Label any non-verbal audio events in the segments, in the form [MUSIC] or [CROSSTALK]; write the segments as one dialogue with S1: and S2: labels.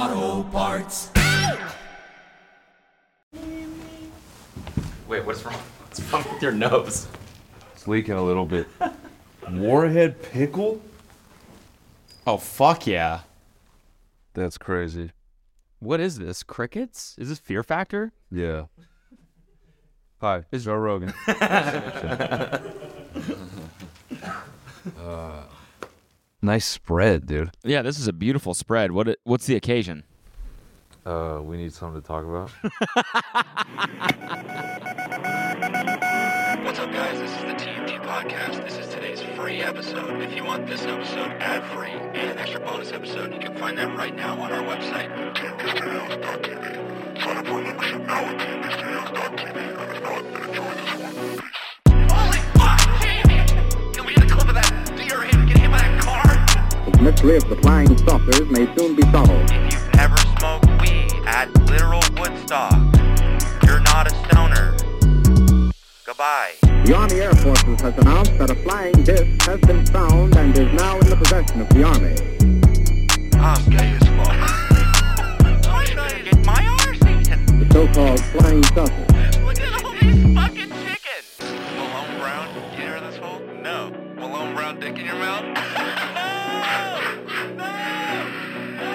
S1: O'Reilly. Auto Parts.
S2: Wait, what's wrong? What's wrong with your nose?
S3: It's leaking a little bit. Warhead pickle?
S2: Oh, fuck yeah.
S3: That's crazy.
S2: What is this? Crickets? Is this Fear Factor?
S3: Yeah. Hi, it's Joe Rogan. Uh, nice spread, dude.
S2: Yeah, this is a beautiful spread. What? i- What's the occasion?
S3: Uh, we need something to talk [LAUGHS] about.
S4: What's up, guys? This is the TMG Podcast. This is today's free episode. If you want this episode ad free and an extra bonus episode, you can find that right now on our website. TMGSTALs.tv. Sign up for a membership now at TMGSTALs.tv. And if not, then enjoy this one. Holy fuck, Jamie! Can we get a clip of that deer hit get hit by that car?
S5: The mystery of the flying saucers may soon be solved.
S4: If you've never smoked weed at literal Woodstock, you're not a stoner. Goodbye.
S5: The Army Air Forces has announced that a flying disc has been found and is now in the possession of the Army.
S4: I'm gay as fuck. I'm trying to get my arse eaten.
S5: The so-called flying saucer.
S4: Look at all these fucking chickens. Malone Brown, you hear this hole? No. Malone Brown dick in your mouth? [LAUGHS] no! No!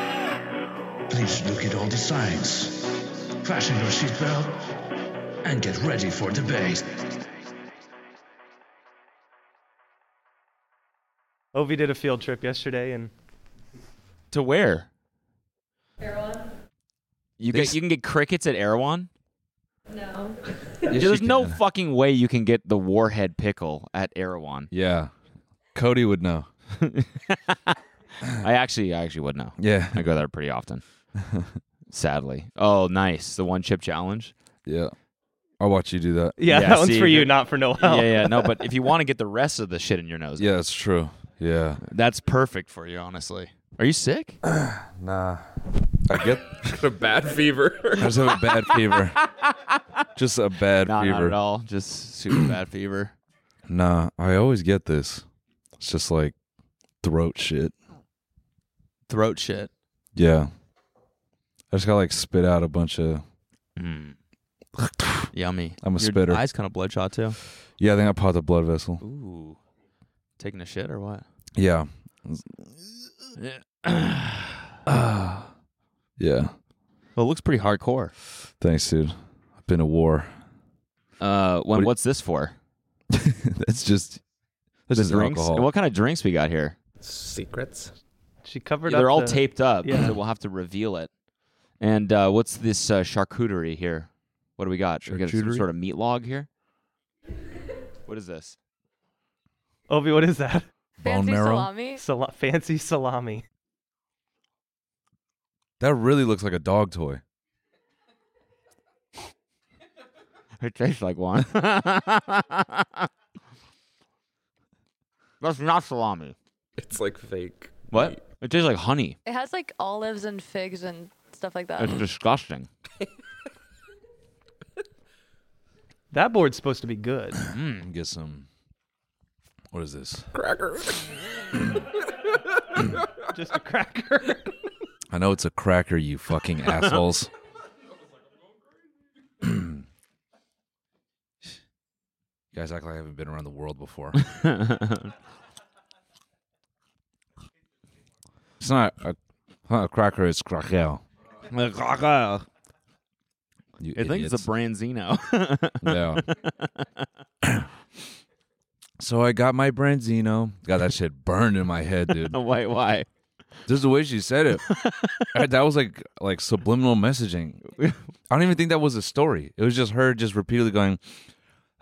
S6: Please look at all the signs. Fasten your seatbelt and get ready for debate.
S7: Ovi did a field trip yesterday, and
S2: To where? You get you can get crickets at Erewhon.
S8: No.
S2: There's no fucking way you can get the warhead pickle at Erewhon.
S3: Yeah. Cody would know.
S2: I actually I actually would know.
S3: Yeah.
S2: I go there pretty
S3: [LAUGHS]
S2: often. Sadly. Oh, nice. The one chip challenge.
S3: Yeah. I'll watch you do that.
S7: yeah,
S2: Yeah,
S7: that one's
S2: see,
S7: for
S2: you're-
S7: you, not for Noel.
S2: Yeah, yeah. No, but if you want to get the rest of the shit in your nose,
S3: Oh. Yeah, it's true. Yeah.
S2: that's perfect for you, honestly. Are you sick?
S3: Nah. I [LAUGHS] get
S2: a bad
S3: [LAUGHS]
S2: fever.
S3: I just have a bad fever. Just a bad
S2: Not,
S3: fever.
S2: not at all. Just
S3: [CLEARS THROAT]
S2: super bad fever.
S3: Nah, I always get this. It's just like throat shit.
S2: Throat
S3: [CLEARS THROAT]
S2: shit.
S3: Yeah. I just got like spit out a bunch of.
S2: Yummy.
S3: I'm a
S2: Your
S3: spitter.
S2: Eyes kind of bloodshot too.
S3: Yeah, I think I popped a blood vessel.
S2: Ooh, taking a shit or what?
S3: Yeah. [SIGHS] Yeah.
S2: Well, it looks pretty hardcore.
S3: Thanks, dude. I've been to war.
S2: Uh, when,
S3: What-
S2: what's this [LAUGHS] for?
S3: That's just. That's
S2: The
S3: just
S2: drinks.
S3: alcohol.
S2: What kind of drinks we got here?
S7: She covered
S2: they're
S7: up
S2: all
S7: the-
S2: taped up.
S7: Yeah.
S2: so we'll have to reveal it. And uh, what's this uh, charcuterie here? What do we got? We got some
S3: Charcuterie?
S2: sort of meat log here. What is this? [LAUGHS]
S7: Ovi, what is that? [LAUGHS]
S3: Bone
S8: Fancy
S3: marrow?
S8: salami?
S7: Sala- fancy salami.
S3: That really looks like a dog toy.
S2: It tastes like one. [LAUGHS] That's not salami.
S9: It's like fake.
S2: What? It tastes like honey.
S8: It has like olives and figs and stuff like that.
S2: It's disgusting.
S7: That board's supposed to be
S2: [LAUGHS]
S7: good.
S3: Get some. What is this?
S7: Just a cracker.
S3: I know it's a cracker, you [LAUGHS] fucking assholes. you guys act like I haven't been around the world [LAUGHS] before. it's not a, it's not a cracker, it's cracker.
S2: I
S3: You
S2: think it's a
S3: idiots.
S2: branzino. [LAUGHS]
S3: Yeah. [LAUGHS] [COUGHS] so I got my branzino. Got that shit burned in my head, dude.
S2: why? Why?
S3: Just the way she said
S2: [LAUGHS]
S3: it. I- that was like like subliminal messaging. I don't even think that was a story. It was just her just repeatedly going,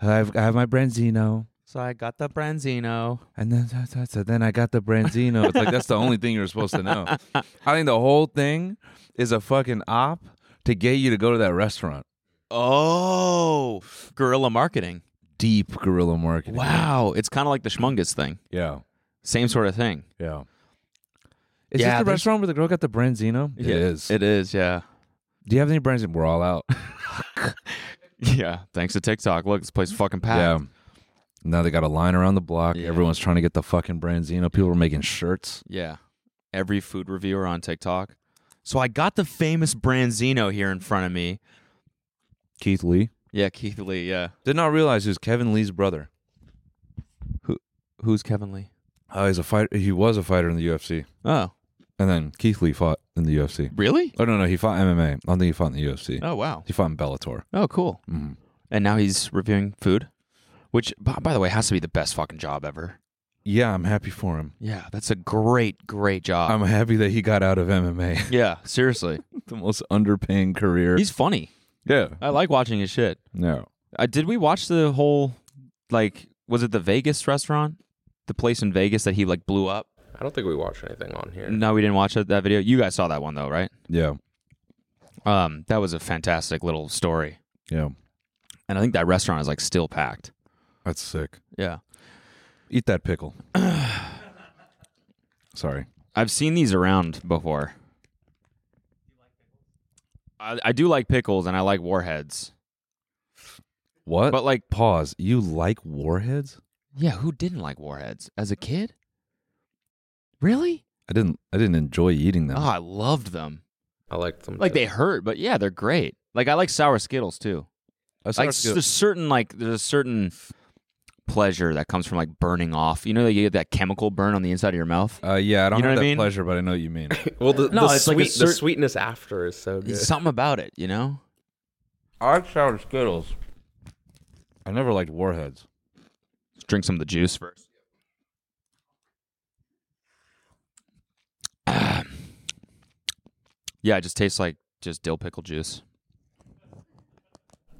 S3: I've, I have my Branzino.
S2: So I got the branzino.
S3: And then, so- so- so then I got the Branzino. It's like, that's the only thing you're supposed to know. I think the whole thing is a fucking op to get you to go to that restaurant.
S2: Oh, guerrilla marketing.
S3: Deep guerrilla marketing.
S2: Wow, it's kind of like the Schmungus thing.
S3: Yeah.
S2: Same sort of thing.
S3: Yeah. Is
S2: Yeah,
S3: this the
S2: there's-
S3: restaurant where the girl got the branzino? It is.
S2: It is. Yeah. [LAUGHS]
S3: Do you have any branzino? We're all out.
S2: Yeah. Thanks to TikTok. Look, this place is fucking
S3: yeah.
S2: packed.
S3: Now they got a line around the block.
S2: Yeah.
S3: Everyone's trying to get the fucking branzino. People are making shirts.
S2: Yeah. Every food reviewer on TikTok. So I got the famous Branzino here in front of me.
S3: Keith Lee
S2: Yeah, Keith Lee. Yeah.
S3: did not realize he was Kevin Lee's brother.
S2: Who's Kevin Lee?
S3: Oh, he's a fighter. He was a fighter in the UFC,
S2: Oh,
S3: and then Keith Lee fought in the UFC.
S2: really?
S3: Oh no, no, he fought MMA. I don't think he fought in the UFC.
S2: Oh, wow.
S3: He fought in Bellator.
S2: Oh, cool.
S3: Mm-hmm.
S2: And now he's reviewing food, which, b- by the way, has to be the best fucking job ever.
S3: Yeah, I'm happy for him.
S2: Yeah, that's a great, great job.
S3: I'm happy that he got out of [LAUGHS] MMA,
S2: yeah, seriously.
S3: the most underpaying career.
S2: he's funny.
S3: yeah,
S2: I like watching his shit.
S3: no,
S2: Uh, did we watch the whole, like, was it the Vegas restaurant? The place in Vegas that he, like, blew up?
S9: I don't think we watched anything on here.
S2: No, we didn't watch that, that video. You guys saw that one, though, right?
S3: yeah,
S2: Um, that was a fantastic little story.
S3: yeah.
S2: And I think that restaurant is, like, still packed.
S3: That's sick.
S2: Yeah.
S3: Eat that [SIGHS] pickle. Sorry.
S2: I've seen these around before. I, I do like pickles and I like warheads.
S3: What?
S2: But like
S3: pause. You like warheads?
S2: yeah, who didn't like warheads as a kid? Really?
S3: I didn't. I didn't enjoy eating them.
S9: Ah,
S2: Oh, I loved them.
S9: I liked them.
S2: Like
S9: too.
S2: they hurt, but yeah, they're great. Like I like sour Skittles too.
S3: I saw
S2: Like
S3: a
S2: s-
S3: skill-
S2: there's certain like there's a certain pleasure that comes from like burning off. You know that you get that chemical burn on the inside of your mouth.
S9: Oh,
S3: uh, yeah, I don't
S2: you know
S3: have
S2: what I
S3: that
S2: mean?
S3: pleasure, but I know what
S2: [COUGHS]
S3: you mean.
S9: Well, the,
S2: No,
S9: the
S2: it's like
S9: sweet,
S2: a
S9: the
S2: cer-
S9: sweetness after is so good.
S2: It's something about it, you know?
S3: I like sour Skittles. I never liked warheads.
S2: Let's drink some of the juice first. [SIGHS] Ah. yeah, it just tastes like just dill pickle juice.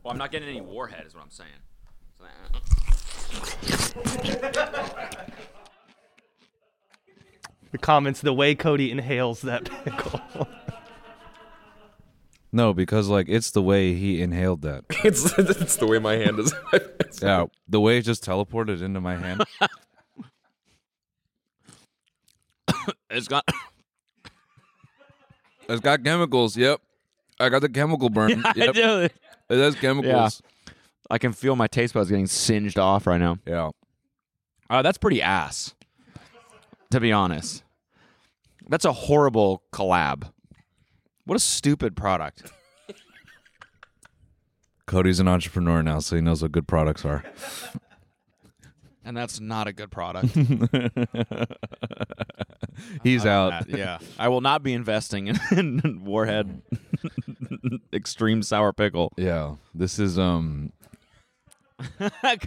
S2: Well, I'm not getting any warhead, is what I'm saying.
S7: The comments, the way Cody inhales that
S2: [LAUGHS]
S7: pickle.
S3: No, because like it's the way he inhaled that.
S9: [LAUGHS] it's, it's the way my hand is. [LAUGHS]
S3: yeah, the way it just teleported into my hand.
S2: It's
S9: [LAUGHS]
S2: got.
S3: it's got chemicals. Yep, I got the chemical
S2: [LAUGHS]
S3: burn.
S2: I
S3: yep,
S2: do. it.
S3: it has chemicals.
S2: I can feel my taste buds getting singed off right now.
S3: Yeah.
S2: Uh, that's pretty ass, to be honest. That's a horrible collab. What a stupid product.
S3: Cody's an entrepreneur now, so he knows what good products are.
S2: [LAUGHS] And that's not a good product. [LAUGHS]
S3: He's out.
S2: Uh, yeah, I will not be investing in, [LAUGHS] in Warhead [LAUGHS] Extreme Sour [LAUGHS] Pickle.
S3: [LAUGHS] Yeah, this is um.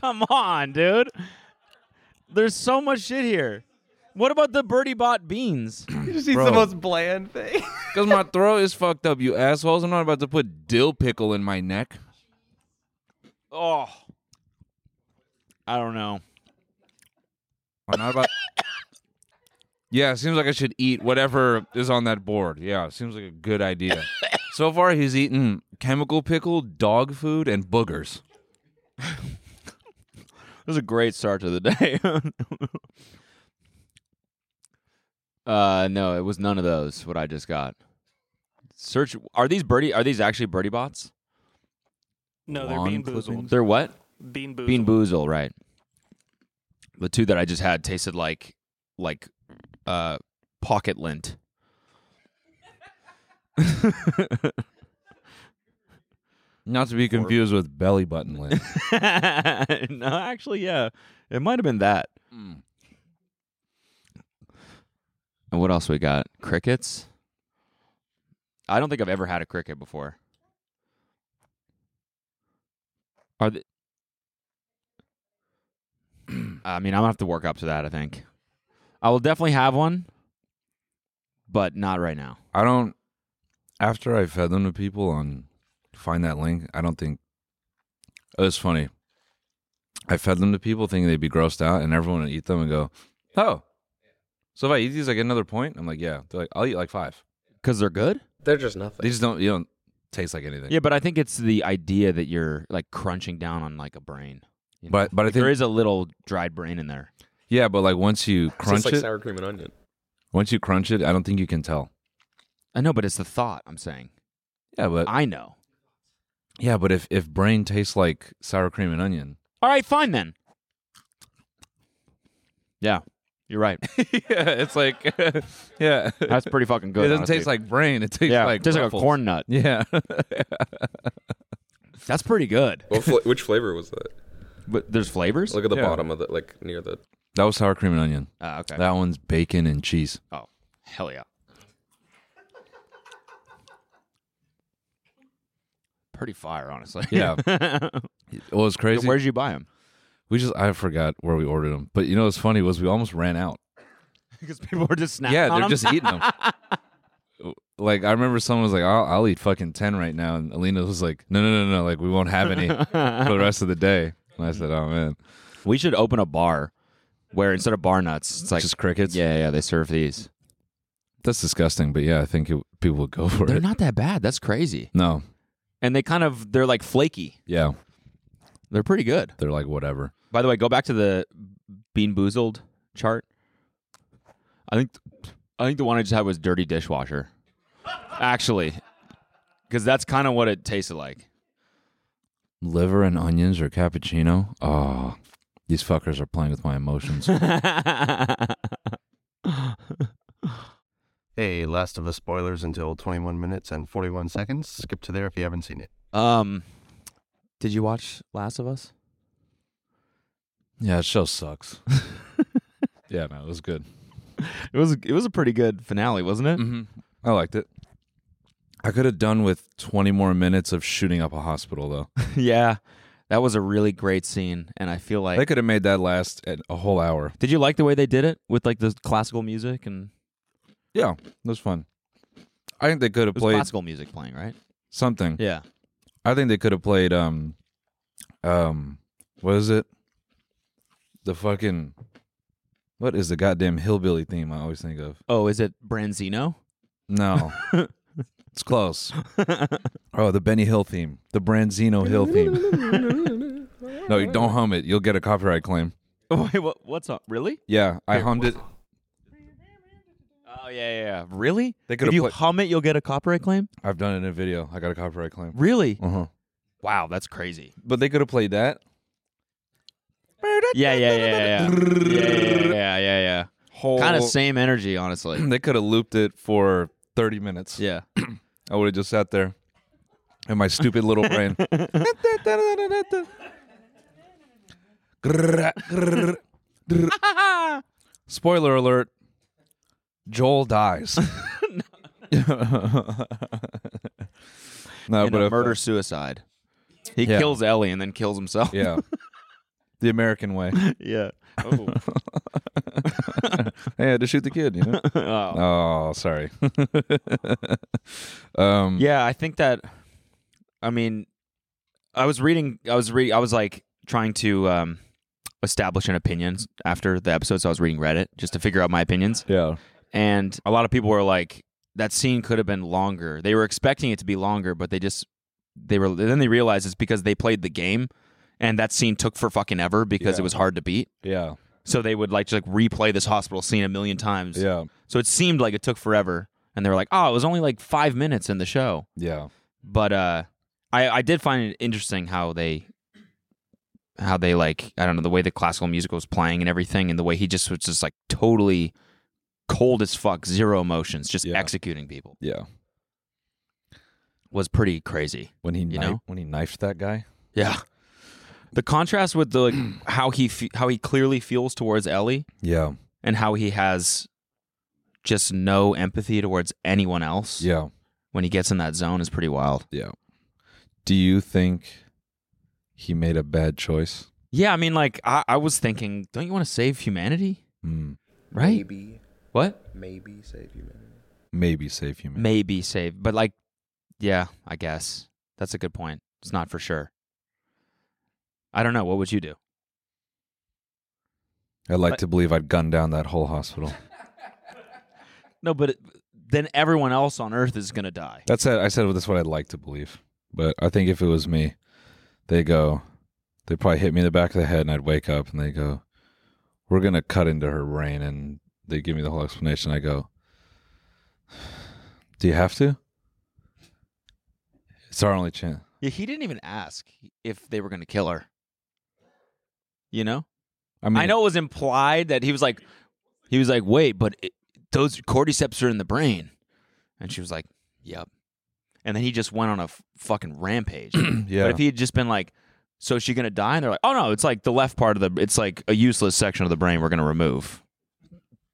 S2: Come on, dude. There's so much shit here. What about the Birdie Bot [CLEARS THROAT] beans?
S7: you just eat
S3: Bro.
S7: the most bland thing.
S3: Because my throat is fucked up, you assholes. I'm not about to put dill pickle in my neck.
S2: oh, I don't know.
S3: I'm not about. yeah, it seems like I should eat whatever is on that board. Yeah, it seems like a
S2: [LAUGHS]
S3: good idea. so far, he's eaten chemical pickle, dog food, and boogers.
S2: This is a great start to the [LAUGHS] day. uh, no, it was none of those. What I just got. Search. Are these birdie? Are these actually birdie bots?
S7: No,
S3: they're Lawn bean boozled.
S2: They're what?
S7: Bean boozled.
S2: Bean Boozle, right? The two that I just had tasted like like uh pocket lint.
S3: [LAUGHS] Not to be confused with belly button lint.
S2: no,
S3: [LAUGHS]
S2: actually, yeah, it might have been that. [LAUGHS] And what else we got? Crickets. I don't think I've ever had a cricket before. Are the [CLEARS THROAT] I mean, I'm gonna have to work up to that. I think I will definitely have one, but not right now.
S3: I don't. After I fed them to people on find that link, I don't think it was funny. I fed them to people thinking they'd be grossed out, and everyone would eat them and go, "Oh, so if I eat these, I get another point." I'm like, "Yeah." They're like, "I'll eat like five.
S2: Cause they're good.
S9: They're just nothing.
S3: They just don't. You don't. taste like anything.
S2: Yeah, but I think it's the idea that you're like crunching down on like a brain. you know?
S3: But- but I
S2: Like, there
S3: think-
S2: is a little dried brain in there.
S3: Yeah, but like once you
S9: It's just
S3: crunch
S9: like
S3: it,
S9: sour cream and onion.
S3: once you crunch it, I don't think you can tell.
S2: I know, but it's the thought I'm saying.
S3: Yeah, but
S2: I know.
S3: yeah, but if if brain tastes like sour cream and onion, [LAUGHS]
S2: All right, fine then. Yeah, you're right.
S3: yeah, it's like [LAUGHS] yeah,
S2: That's pretty
S3: [LAUGHS]
S2: fucking good.
S3: it doesn't
S2: honestly.
S3: taste like brain. It tastes
S2: yeah,
S3: like
S2: it tastes like a
S3: ruffles.
S2: corn nut.
S3: [LAUGHS] Yeah,
S2: That's pretty good.
S9: What fla- which flavor was that?
S2: But there's flavors.
S9: Look at the
S3: Yeah.
S9: bottom of the like near the.
S3: that was sour cream and onion.
S2: Ah, okay.
S3: That one's bacon and cheese.
S2: oh, hell yeah. Pretty fire, honestly.
S3: Yeah. Well, it's
S2: [LAUGHS]
S3: crazy.
S2: Where'd you
S3: [LAUGHS]
S2: buy them?
S3: we just I forgot where we ordered them, but you know what's funny was we almost ran out.
S2: Because people were just snapping.
S3: yeah,
S2: on
S3: they're
S2: 'em.
S3: just eating them.
S2: [LAUGHS]
S3: Like I remember someone was like, I'll, "I'll eat fucking ten right now," and Alina was like, "No, no, no, no! Like we won't
S2: [LAUGHS]
S3: have any for the rest of the day." And I said, "Oh man,
S2: We should open a bar where instead of bar nuts, it's like
S3: just crickets."
S2: Yeah, yeah, they serve these.
S3: that's disgusting, but yeah, I think it, people would go for
S2: They're
S3: it.
S2: not that bad. That's crazy.
S3: no,
S2: And they kind of they're like flaky.
S3: yeah,
S2: They're pretty good.
S3: they're like whatever.
S2: By the way, go back to the bean boozled chart. I think I think the one I just had was dirty dishwasher. Actually, because that's kind of what it tasted like.
S3: Liver and onions or cappuccino? Oh, these fuckers are playing with my [LAUGHS] emotions.
S10: [LAUGHS] Hey, Last of Us spoilers until 21 minutes and 41 seconds. Skip to there if you haven't seen it.
S2: um, did you watch Last of Us?
S3: yeah, that show [LAUGHS] sucks. yeah, no, it was good.
S2: It was it was a pretty good finale, wasn't it?
S3: I liked it. I could have done with twenty more minutes of shooting up a hospital though.
S2: [LAUGHS] yeah, that was a really great scene, and I feel like
S3: They could have made that last at a whole hour.
S2: Did you like the way they did it with like the classical music and
S3: Yeah, it was fun. I think they could have
S2: it was
S3: played
S2: classical music playing, right?
S3: something.
S2: Yeah.
S3: I think they could have played um um what is it? The fucking what is the goddamn hillbilly theme I always think of?
S2: Oh, is it Branzino?
S3: No. it's close. Oh, the Benny Hill theme. The Branzino Hill theme. no, you don't hum it. You'll get a copyright claim.
S2: [LAUGHS] Wait, what, what's up? Really?
S3: Yeah, I hummed it.
S2: Oh yeah, yeah, yeah. Really?
S3: They could
S2: if
S3: have
S2: you
S3: played-
S2: hum it, you'll get a copyright claim.
S3: I've done it in a video. I got a copyright claim.
S2: Really?
S3: Uh-huh.
S2: Wow, that's crazy.
S3: But they could have played that
S2: Yeah, yeah,
S3: [LAUGHS]
S2: yeah, yeah, yeah, yeah, yeah, yeah. yeah.
S3: whole
S2: Kind of same energy, honestly.
S3: [CLEARS THROAT] they could have looped it for 30 minutes. [CLEARS THROAT]
S2: yeah.
S3: I would have just sat there in my stupid little
S2: [LAUGHS]
S3: brain. Spoiler alert
S2: [LAUGHS]
S3: Joel dies. [LAUGHS] no,
S2: In a
S3: but if- uh,
S2: murder suicide. He
S3: Yeah.
S2: kills Ellie and then kills himself.
S3: Yeah. The American way.
S2: [LAUGHS]
S3: [LAUGHS]
S2: yeah. Oh.
S3: Hey, I had to shoot the kid,
S2: [LAUGHS]
S3: you know? [LAUGHS]
S2: Oh.
S3: Oh, sorry. [LAUGHS] um,
S2: Yeah, I think that. I mean, I was reading. I was reading. I was like trying to um, establish an opinion after the episode. So I was reading Reddit just to figure out my opinions.
S3: yeah.
S2: And a lot of people were like, "That scene could have been longer." They were expecting it to be longer, but they just they were. Then they realized it's because they played the game, and that scene took for fucking ever because
S3: Yeah.
S2: it was hard to beat.
S3: Yeah.
S2: So they would like just like replay this hospital scene a million times.
S3: Yeah.
S2: So it seemed like it took forever, and they were like, "Oh, it was only like five minutes in the show."
S3: Yeah.
S2: but uh i i did find it interesting how they how they like i don't know the way the classical music was playing and everything and the way he just was just like totally cold as fuck zero emotions just
S3: Yeah.
S2: executing people
S3: Yeah.
S2: was pretty crazy
S3: When he kni-
S2: know?
S3: when he knifed that guy.
S2: yeah the contrast with the like, [CLEARS THROAT] how he fe- how he clearly feels towards ellie
S3: Yeah.
S2: and how he has just no empathy towards anyone else
S3: Yeah.
S2: when he gets in that zone is pretty wild
S3: Yeah. Do you think he made a bad choice?
S2: yeah i mean like i, I was thinking don't you want to save humanity
S3: Mm,
S2: right
S9: Maybe,
S2: what
S9: maybe save humanity.
S3: maybe save humanity.
S2: maybe save, but like, yeah, I guess that's a good point. It's not for sure. I don't know. What would you do?
S3: I'd like to believe I'd gun down that whole hospital.
S2: No, but it, then everyone else on Earth is gonna die.
S3: That's it. I said well, that's what I'd like to believe, but I think if it was me, they go, they would probably hit me in the back of the head, and I'd wake up, and they go, "We're gonna cut into her brain," and they give me the whole explanation. I go, "Do you have to? It's our only chance."
S2: Yeah, he didn't even ask if they were gonna kill her. You know,
S3: I mean,
S2: I know it was implied that he was like, he was like, wait, but it, those cordyceps are in the brain, and she was like, yep. And then he just went on a f- fucking [CLEARS THROAT] rampage.
S3: Yeah.
S2: But if he had just been like, so is she gonna die? And they're like, oh no, it's like the left part of the, it's like a useless section of the brain we're gonna remove.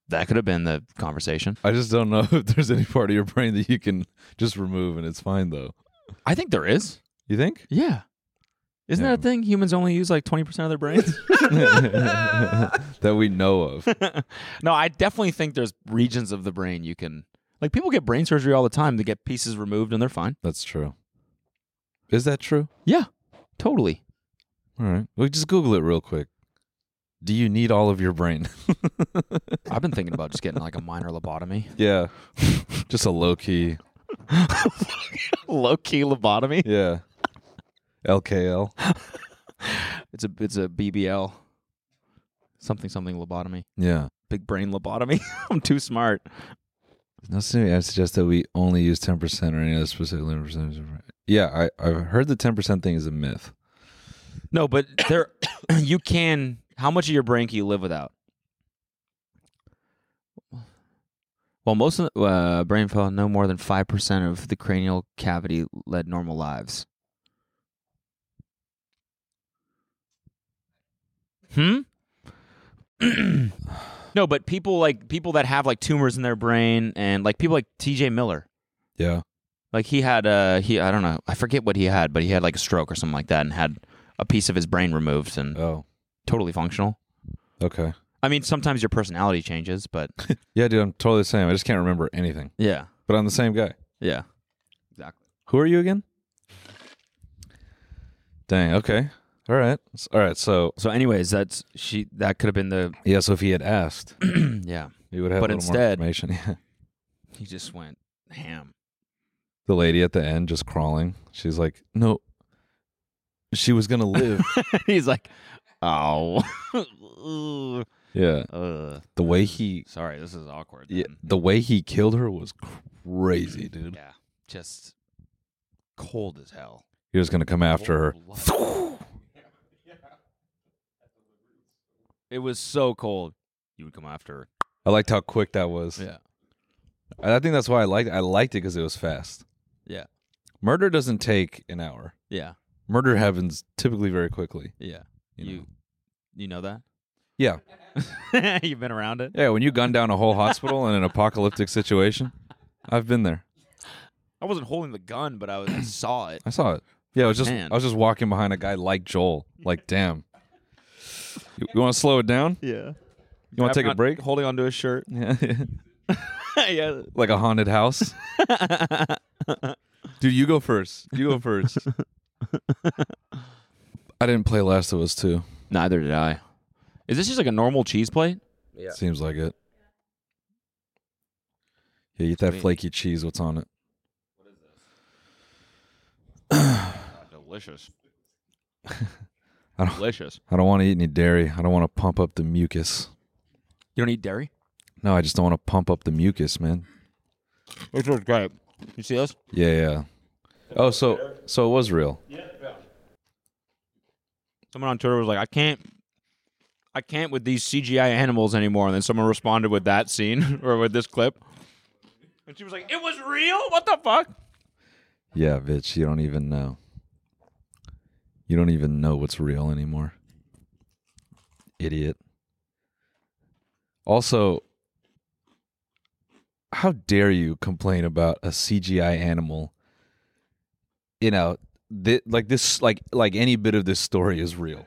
S2: That could have been the conversation.
S3: I just don't know [LAUGHS] if there's any part of your brain that you can just remove, and it's fine though.
S2: I think there is.
S3: You think? [LAUGHS]
S2: Yeah. Isn't that a thing? Humans only use like twenty percent of their [LAUGHS] brains.
S3: that we know [LAUGHS] of.
S2: no, I definitely think there's regions of the brain you can like people get brain surgery all the time. They get pieces removed and they're fine.
S3: That's true. Is that true?
S2: Yeah. Totally.
S3: All right. Well, just Google it real quick. Do you need all of your brain? [LAUGHS]
S2: I've been thinking about just getting like a minor lobotomy.
S3: yeah. [LAUGHS] just a low key.
S2: Low key lobotomy.
S3: Yeah. LKL.
S2: It's a it's a BBL. Something something lobotomy.
S3: Yeah.
S2: Big brain lobotomy. [LAUGHS] I'm too smart.
S3: No, seriously, I suggest that we only use 10% or any other specific limit percentage. of- Yeah, I, I've heard the 10% thing is a myth.
S2: No, but there [COUGHS] you can how much of your brain can you live without? Well, most of the uh, brain fell no more than 5% of the cranial cavity led normal lives. Hmm? [COUGHS] no, but people like people that have like tumors in their brain and like people like TJ Miller.
S3: Yeah.
S2: Like he had uh he I don't know I forget what he had but he had like a stroke or something like that and had a piece of his brain removed and
S3: oh
S2: totally functional.
S3: Okay.
S2: I mean sometimes your personality changes [LAUGHS] but
S3: Yeah, dude, I'm totally the same. I just can't remember anything.
S2: yeah
S3: But I'm the same guy.
S2: yeah exactly.
S3: Who are you again? Dang. Okay. All right. S- All right. So
S2: So anyways that's she that could have been the
S3: yeah. So if he had asked,
S2: [CLEARS THROAT] yeah
S3: he would have.
S2: But
S3: a little
S2: instead-
S3: more information. [LAUGHS] Yeah.
S2: he just went ham.
S3: The lady at the end just crawling. She's like, no. She was gonna live.
S2: [LAUGHS] [LAUGHS] He's like oh Ooh.
S3: yeah.
S2: [LAUGHS] Ugh.
S3: The way he,
S2: sorry this is awkward.
S3: yeah,
S2: then.
S3: the way he killed her was crazy, dude.
S2: Yeah. Just cold as hell.
S3: He was gonna come after her.
S2: It was so cold. You would come after her.
S3: I liked how quick that was.
S2: Yeah.
S3: And I think that's why I liked. I liked it because it was fast.
S2: Yeah.
S3: Murder doesn't take an hour.
S2: Yeah.
S3: Murder happens typically very quickly.
S2: Yeah.
S3: You know.
S2: You you know
S3: Yeah.
S2: that? [LAUGHS] You've been around it?
S3: Yeah, when you gun down a whole hospital in an apocalyptic situation, I've been there.
S2: I wasn't holding the gun, but I, was, I saw it.
S3: I saw it. Yeah, I was just
S2: Man.
S3: I was just walking behind a guy like Joel. Like, damn. You, want to slow it down?
S2: [CLEARS THROAT] Yeah.
S3: You want to take a break?
S2: Holding onto his shirt.
S3: Yeah,
S2: [LAUGHS] yeah.
S3: [LAUGHS] like a haunted house. Dude, you go first. You go first. I didn't play Last of Us 2.
S2: Neither did I. Is this just like a normal cheese plate?
S9: Yeah.
S3: Seems like it. Yeah, eat that
S2: Sweet.
S3: flaky cheese. What's on it?
S2: [LAUGHS] Delicious.
S3: I don't,
S2: Delicious.
S3: I don't want to eat any dairy. I don't want to pump up the mucus.
S2: You don't eat dairy?
S3: No, I just don't want to pump up the mucus, man.
S2: This is great. You see this?
S3: Yeah, yeah. Oh, so so it was real.
S2: Someone on Twitter was like, I can't I can't with these CGI animals anymore. And then someone responded with that scene [LAUGHS] or with this clip. And she was like, It was real? What the fuck?
S3: Yeah, bitch, you don't even know. You don't even know what's real anymore. Idiot. Also, how dare you complain about a CGI animal? You know, thi- like this like like any bit of this story is real.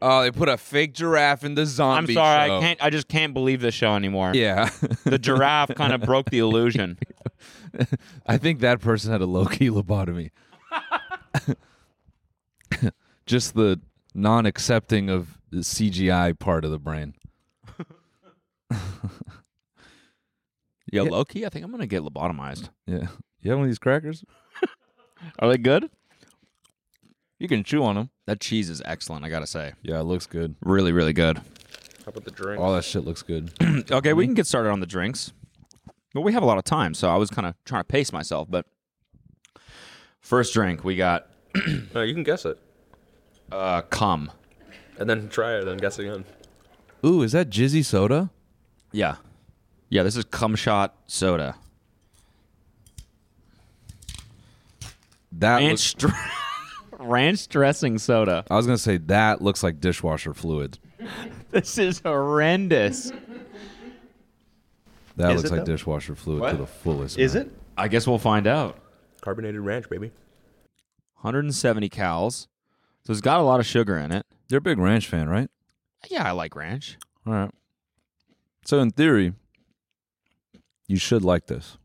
S3: Oh, they put a fake giraffe in the
S2: I'm
S3: zombie
S2: sorry,
S3: show.
S2: I can't I just can't believe this show anymore.
S3: Yeah.
S2: [LAUGHS] The giraffe kind of broke the [LAUGHS] illusion.
S3: I think that person had a low key lobotomy. [LAUGHS] Just the non accepting of the CGI part of the brain.
S2: Yo, low key, I think I'm gonna get lobotomized.
S3: Yeah. You have one of these crackers?
S2: Are they good? You can chew on them. That cheese is excellent. I gotta say.
S3: Yeah, it looks good.
S2: Really, really good. Mm-hmm.
S9: How about the drink?
S3: All that shit looks good.
S2: [CLEARS THROAT] okay, we can get started on the drinks. Well, we have a lot of time, so I was kind of trying to pace myself. But first drink, we got [CLEARS THROAT]
S9: No, you can guess it.
S2: uh, cum.
S9: And then try it and guess again.
S3: [CLEARS THROAT] Ooh, is that Jizzy soda?
S2: Yeah, yeah. This is cum shot soda.
S3: That
S2: Ranch,
S3: looks-
S2: dr- [LAUGHS] ranch dressing soda.
S3: I was gonna say that looks like dishwasher fluid.
S2: This is horrendous.
S3: That
S7: Is
S3: looks
S7: it,
S3: like
S7: though?
S3: dishwasher fluid to
S2: What?
S3: the fullest.
S7: Is
S3: man.
S7: it?
S2: I guess we'll find out.
S9: Carbonated ranch, baby.
S2: 170 cals. So it's got a lot of sugar in it.
S3: You're a big ranch fan, right?
S2: Yeah, I like ranch.
S3: All right. So in theory, you should like this.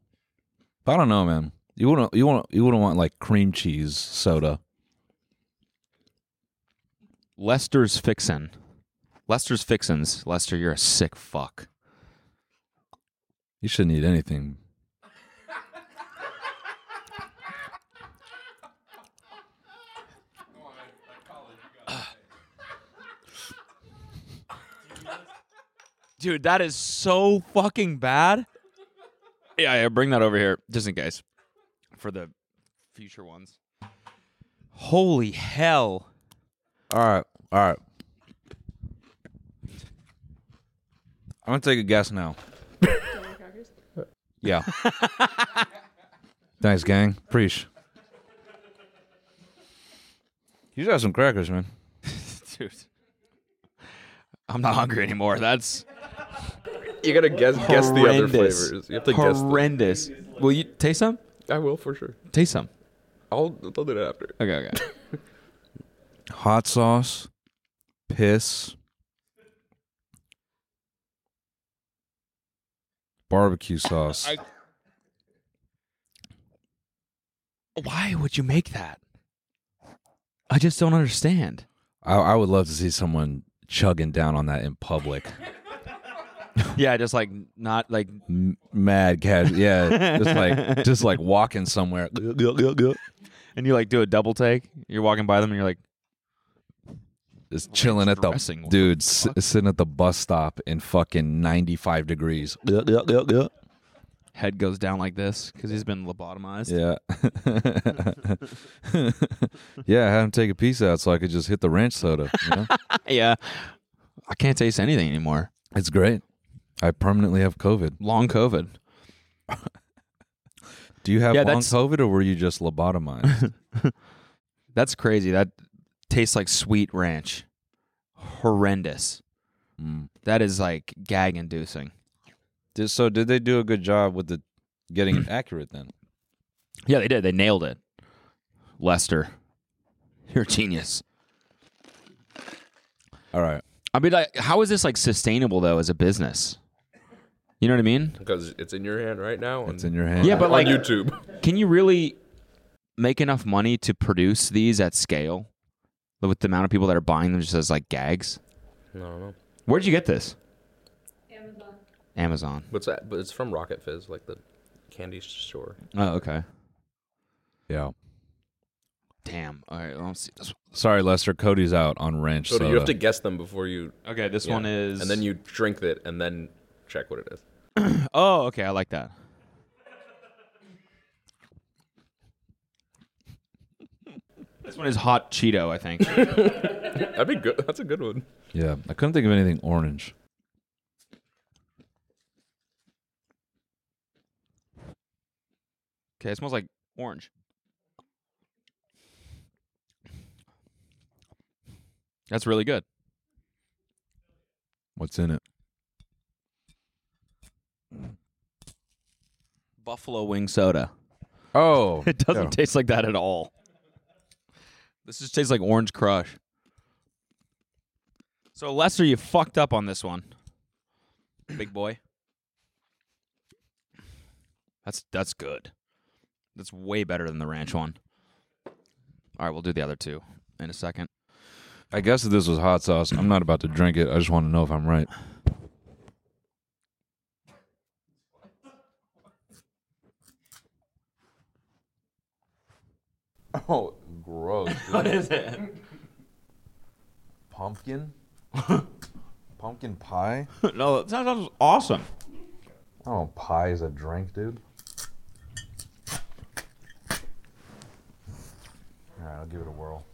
S3: But I don't know, man. You wouldn't you wouldn't you wouldn't want like cream cheese soda.
S2: Lester's Fixin'. Lester's Fixins. Lester, you're a sick fuck.
S3: You shouldn't eat anything.
S2: Dude, that is so fucking bad. Yeah, yeah, bring that over here just in case for the future ones. Holy hell.
S3: All right. All right. I'm gonna take a guess now. yeah. Thanks, gang. Preach. You should have some crackers, man.
S2: Dude. I'm not hungry anymore. That's
S9: You gotta guess guess the other
S2: horrendous.
S9: flavors. You have to
S2: horrendous. Will you taste some?
S9: guess. The, I will for sure.
S2: Taste some.
S9: I'll, I'll do that after.
S2: Okay, okay. [LAUGHS]
S3: Hot sauce, piss, barbecue sauce.
S2: Why would you make that? I just don't understand.
S3: I, I would love to see someone chugging down on that in public.
S2: Yeah, just like not like
S3: M- mad casual. Yeah, just like just like walking somewhere.
S2: and you like do a double take. You're walking by them and you're like,
S3: Just chilling at the
S2: Dressing, what the
S3: dude s- sitting at the bus stop in fucking 95 degrees.
S2: head goes down like this because he's been lobotomized.
S3: [LAUGHS] Yeah. yeah, I had him take a piece out so I could just hit the ranch soda. you know?
S2: [LAUGHS] yeah. I can't taste anything anymore.
S3: It's great. I permanently have COVID.
S2: Long COVID.
S3: [LAUGHS] Do you have
S2: Yeah,
S3: long
S2: that's-
S3: COVID or were you just [LAUGHS] lobotomized?
S2: That's crazy. That tastes like sweet ranch. Horrendous.
S3: Mm.
S2: That is like gag inducing.
S3: Did- so did they do a good job with the getting [CLEARS THROAT] it accurate then?
S2: Yeah, they did. They nailed it. Lester, you're a genius.
S3: All right.
S2: I mean, like, how is this like sustainable though as a business? You know what I mean?
S9: Because it's in your hand right now.
S3: It's
S9: on-
S3: in your hand.
S2: Yeah, but
S9: on
S2: like,
S9: YouTube.
S2: can you really make enough money to produce these at scale with the amount of people that are buying them just as like gags?
S9: I don't know.
S2: Where'd you get this? Amazon.
S9: What's that? But it's from Rocket Fizz, like the candy store.
S2: Amazon. Oh, okay.
S3: Yeah.
S2: Damn. All right. Let's see this
S3: Sorry, Lester. Cody's out on ranch
S9: So
S3: soda.
S9: you have to guess them before you.
S2: one. Okay, this
S9: yeah.
S2: one is.
S9: And then you drink it and then check what it is.
S2: Oh, okay. I like that. this one is hot Cheeto, I
S9: [LAUGHS]
S2: think.
S9: That'd be good. That's a good one.
S3: yeah, I couldn't think of anything orange.
S2: Okay, it smells like orange. That's really good.
S3: What's in it?
S2: Buffalo wing soda.
S3: Oh,
S2: [LAUGHS] It doesn't taste like that at all. This just tastes like orange crush. So Lester, you fucked up on this one. Big boy. That's that's good. That's way better than the ranch one. All right, we'll do the other two in a second.
S3: I guess if this was hot sauce, I'm not about to drink it. I just want to know if I'm right. [LAUGHS] Oh, gross.
S2: What is it?
S3: Pumpkin? [LAUGHS] Pumpkin pie?
S2: [LAUGHS] no, that sounds awesome.
S3: Oh, pie is a drink, dude. All right, I'll give it a whirl.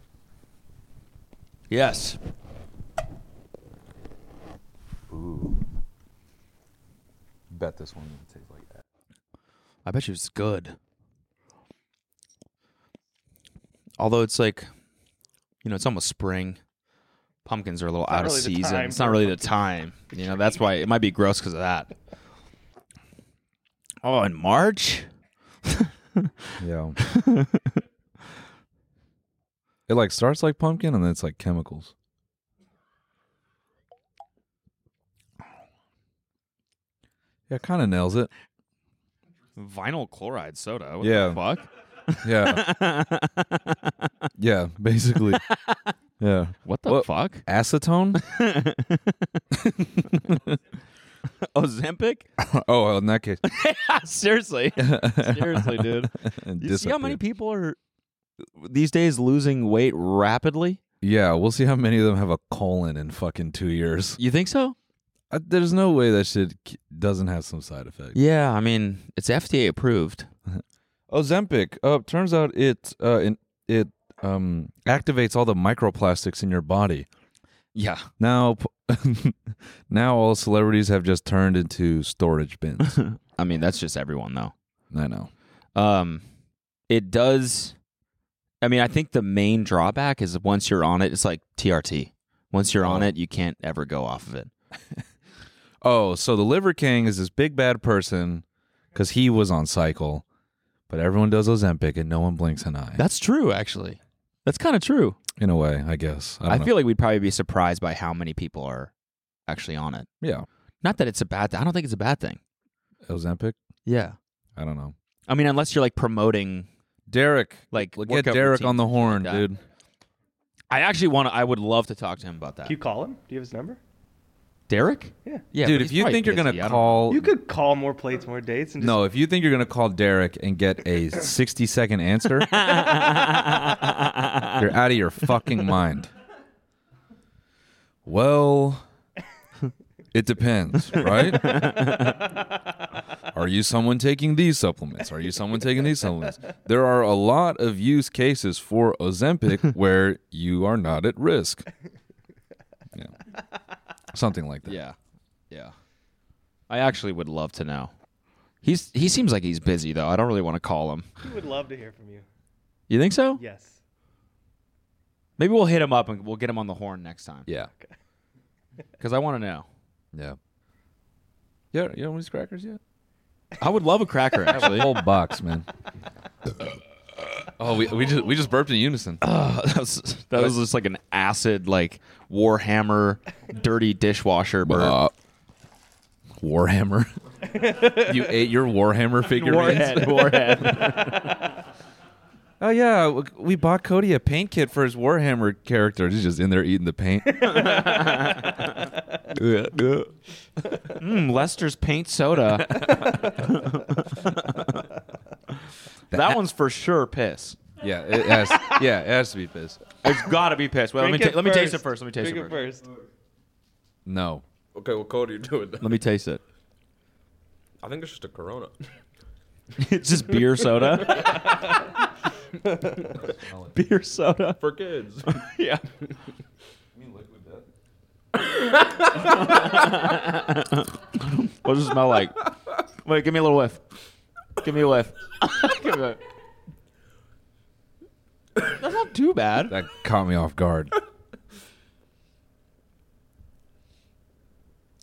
S2: Yes.
S3: Ooh. Bet this one doesn't taste like that.
S2: I bet you it's good. Although it's like, you know, it's almost spring. Pumpkins are a little
S7: not
S2: out of
S7: really the
S2: season.
S7: time
S2: It's
S7: for
S2: not
S7: a
S2: really the time. You know, that's why it might be gross because of that. Oh, in March? [LAUGHS]
S3: Yeah. it like starts like pumpkin and then it's like chemicals. Yeah, kind of nails it.
S2: Vinyl chloride soda. What
S3: yeah.
S2: the fuck? [LAUGHS]
S3: Yeah. yeah, basically. Yeah.
S2: What the fuck? [LAUGHS]
S3: Acetone? [LAUGHS]
S2: Ozempic? [LAUGHS]
S3: oh, well, in that case.
S2: Seriously. Seriously, dude.
S3: And
S2: You see how many
S3: disappeared.
S2: people are these days losing weight rapidly?
S3: Yeah, we'll see how many of them have a colon in fucking two years.
S2: You think so?
S3: Uh, there's no way that shit k- doesn't have some side effect.
S2: Yeah, I mean, it's FDA approved.
S3: Ozempic. Uh, turns out it uh, in- it um, activates all the microplastics in your body.
S2: Yeah.
S3: Now, p- [LAUGHS] now all celebrities have just turned into storage bins.
S2: [LAUGHS] I mean, that's just everyone though.
S3: I know.
S2: Um it does I mean, I think the main drawback is once you're on it, it's like TRT. Once you're on it, you can't ever go off of it.
S3: Oh, so the Liver King is this big bad person because he was on cycle, but everyone does Ozempic and no one blinks an eye.
S2: That's true actually. That's kind of true.
S3: in a way, I guess.
S2: I, feel like we'd probably be surprised by how many people are actually on it.
S3: Yeah.
S2: Not that it's a bad thing. I don't think it's a bad thing.
S3: Ozempic.
S2: Yeah.
S3: I don't know.
S2: I mean, unless you're like promoting
S3: Derek,
S2: like
S3: Well, get
S2: workout
S3: Derek
S2: routines
S3: on the
S2: and shit like
S3: horn,
S2: that.
S3: dude.
S2: I actually want to. I would love to talk to him about that.
S7: Do you call him? Do you have his number?
S2: Derek?
S7: Yeah.
S2: Yeah.
S3: dude,
S2: but
S3: if
S2: he's
S3: you
S2: probably
S3: think you're
S2: busy, I
S3: gonna
S2: don't-
S3: call,
S7: You could call more plates, more dates, and just
S3: no, if you think you're gonna call Derek and get a 60 second answer, you're out of your fucking mind. Well, it depends, right? Are you someone taking these supplements? Are you someone taking these supplements? There are a lot of use cases for Ozempic where you are not at risk. Yeah. Something like that.
S2: Yeah. Yeah. I actually would love to know. He's he seems like he's busy though. I don't really want to call him.
S7: he would love to hear from you.
S2: You think so?
S7: Yes.
S2: Maybe we'll hit him up and we'll get him on the horn next time.
S3: Yeah.
S2: Because I want to know.
S3: Yeah. Yeah, you don't want these crackers yet?
S2: I would love a [LAUGHS] cracker
S3: I have
S2: actually.
S3: a whole box, man. Oh, we, we just we just burped in unison.
S2: that was that was just like an acid like Warhammer dirty dishwasher burp.
S3: Uh,
S2: [LAUGHS]
S3: Warhammer. you ate your Warhammer figurines.
S2: Warhead, warhead.
S3: [LAUGHS] Oh yeah, w- we bought Cody a paint kit for his Warhammer character. He's just in there eating the paint.
S2: [LAUGHS] Mm, Lester's paint [LAUGHS] soda. that one's for sure piss.
S3: yeah, it has. Yeah, it has to be piss.
S2: It's got to be piss. Wait, let me
S7: Drink
S2: ta-
S7: it
S2: let me taste it
S7: first.
S2: first. Let me taste
S7: Drink
S2: it first.
S7: it first.
S3: No.
S9: Okay, well, Cody, you're doing that.
S2: Let me taste it.
S9: I think it's just a Corona.
S2: [LAUGHS] it's just beer
S9: [LAUGHS]
S2: soda. beer soda.
S9: For kids.
S2: Yeah. what does it smell like? Wait, give me a little whiff. Give me a
S9: [LAUGHS]
S2: whiff. give me a That's not too bad.
S3: That caught me off
S2: [LAUGHS]
S3: guard.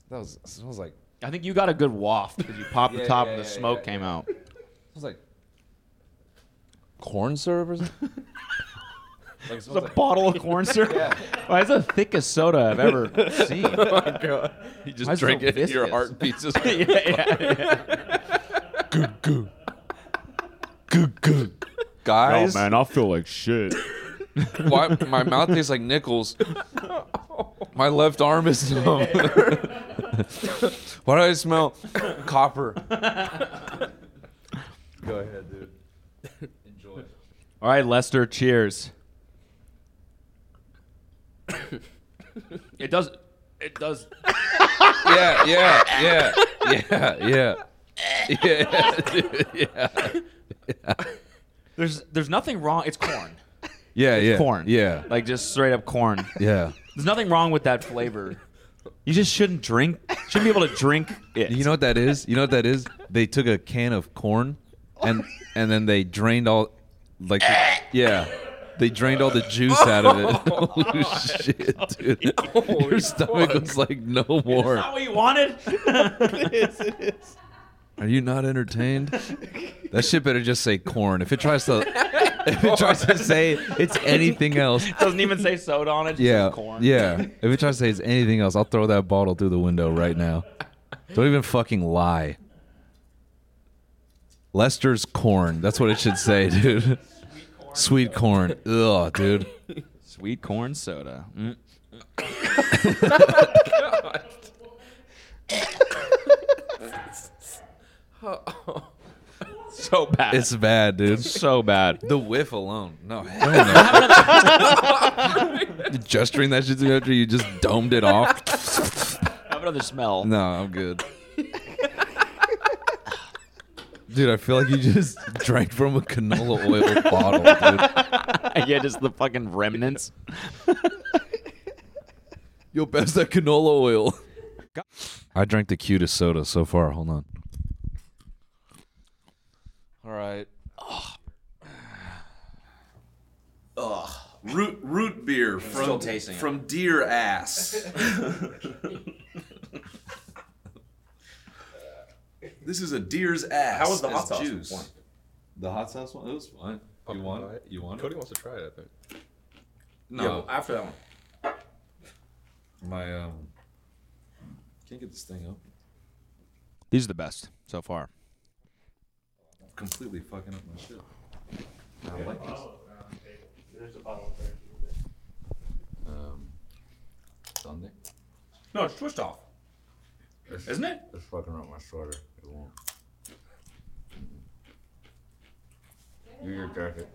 S3: That was smells like
S2: I think you got a good waft because you popped the top and the smoke came out.
S3: smells like corn syrup or [LAUGHS] something.
S2: It's a bottle of corn
S9: [LAUGHS]
S2: syrup. Why is the thickest soda I've ever seen?
S3: [LAUGHS] uh, You
S2: Why
S3: just
S2: is it
S3: drink
S2: so
S3: it, and your
S2: viscous?
S3: heart beats. Just
S2: yeah,
S3: [LAUGHS]
S2: yeah, yeah.
S3: Guys,
S2: Oh, I feel like shit.
S3: why my mouth tastes like nickels. My left arm is numb. why do I smell copper?
S9: Go ahead, dude. Enjoy.
S11: All right, Lester. Cheers.
S2: It does. It does.
S3: yeah, yeah, yeah, yeah, yeah, yeah, dude, yeah, yeah,
S2: There's there's nothing wrong. It's corn.
S3: yeah,
S2: It's
S3: yeah,
S2: corn.
S3: yeah,
S2: Like just straight up corn.
S3: yeah.
S2: There's nothing wrong with that flavor. You just shouldn't drink. Shouldn't be able to drink it.
S3: You know what that is? You know what that is? They took a can of corn, and and then they drained all, like, the- yeah, they drained all the juice out of it. [LAUGHS] Holy shit, dude! Your stomach was like no more.
S2: Is that what you wanted?
S11: it is. It is.
S3: Are you not entertained? That shit better just say corn. If it tries to, if it tries to say it's anything else,
S2: Doesn't even say soda on it. just
S3: yeah,
S2: says corn.
S3: yeah. If it tries to say it's anything else, I'll throw that bottle through the window right now. Don't even fucking lie. Lester's corn. That's what it should say, dude. Sweet corn. Ugh, dude.
S2: Sweet corn soda. Mm. [LAUGHS] so bad.
S3: It's bad, dude.
S2: so bad.
S3: The whiff alone. No, hell no. Gesturing that shit to me after you just domed it off.
S2: Have another smell.
S3: No, I'm good. Dude, I feel like you just [LAUGHS] drank from a canola oil bottle, dude.
S2: [LAUGHS] yeah, just the fucking remnants.
S3: Yo, best [LAUGHS] that canola oil. I drank the cutest soda so far. Hold on. All right.
S12: Ugh. Root root beer from
S2: Still tasting it.
S12: from deer
S3: [LAUGHS]
S12: ass. this is a deer's ass.
S9: How was the hot
S12: as
S9: sauce
S12: juice?
S9: one?
S3: The hot sauce one? It was fine. You want it? You want
S9: Oh, Cody wants to try it, I think.
S3: No.
S9: Yeah, well, after that one.
S3: My um can't get this thing up.
S2: These are the best so far.
S3: Completely fucking up my shit. I don't like this.
S7: Oh, There's a bottle there.
S3: Um Sunday.
S9: No, it's twist off. Isn't it?
S3: It's fucking up my sweater. It won't.
S9: You your jacket.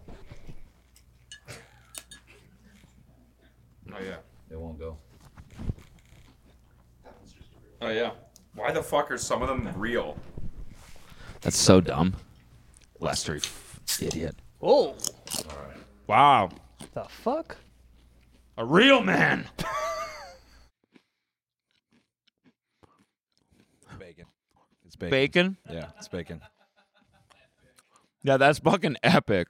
S9: Oh yeah.
S3: It won't go.
S9: Oh yeah. Why the fuck are some of them real?
S2: That's so dumb. Lester, you idiot.
S13: Oh,
S2: Wow.
S13: the fuck?
S2: A real man.
S3: Bacon. It's
S2: Bacon?
S3: Yeah, it's bacon.
S2: Yeah, that's fucking epic.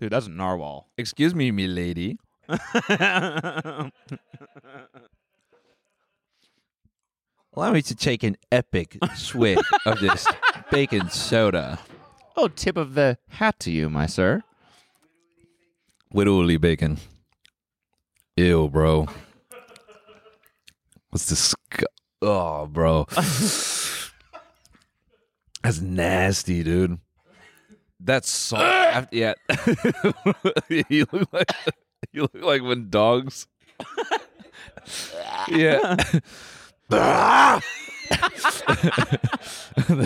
S2: Dude, that's a narwhal.
S3: Excuse me, me lady. Allow me to take an epic swig
S2: [LAUGHS]
S3: of this bacon soda.
S2: Oh, tip of the hat to you, my sir.
S3: With only bacon. Ew, bro. What's this? Oh, bro. That's nasty, dude. That's so yeah. [LAUGHS] you look like [LAUGHS] you look like when dogs. yeah. [LAUGHS] when,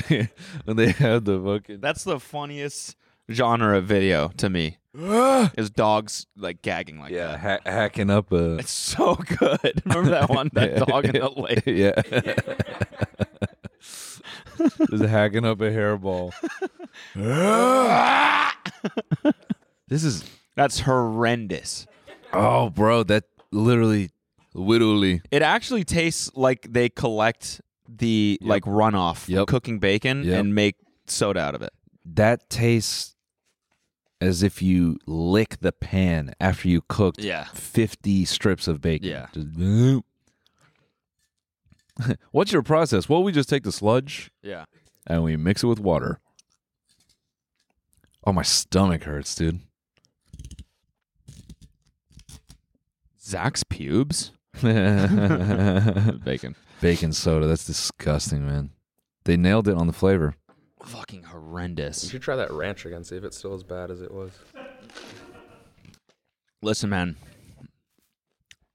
S3: they, when they have the fucking
S2: That's the funniest genre of video to [GASPS] me. is dogs like gagging like that. [LAUGHS]
S3: ha- hacking up a.
S2: It's so good. Remember that one? [LAUGHS] That dog in the lake.
S3: [LAUGHS] Yeah. Just hacking up a hairball. [LAUGHS] this is
S2: that's horrendous.
S3: Oh, bro, that literally, literally.
S2: It actually tastes like they collect the like runoff from cooking bacon
S3: Yep.
S2: and make soda out of it.
S3: That tastes as if you lick the pan after you cooked
S2: Yeah.
S3: 50 strips of bacon.
S2: Yeah.
S3: Just- [LAUGHS] What's your process? Well, we just take the sludge.
S2: Yeah.
S3: And we mix it with water. Oh, my stomach hurts, dude.
S2: Zach's pubes?
S3: Bacon. Bacon soda. That's disgusting, man. They nailed it on the flavor.
S2: Fucking horrendous.
S9: You should try that ranch again, see if it's still as bad as it was.
S2: Listen, man.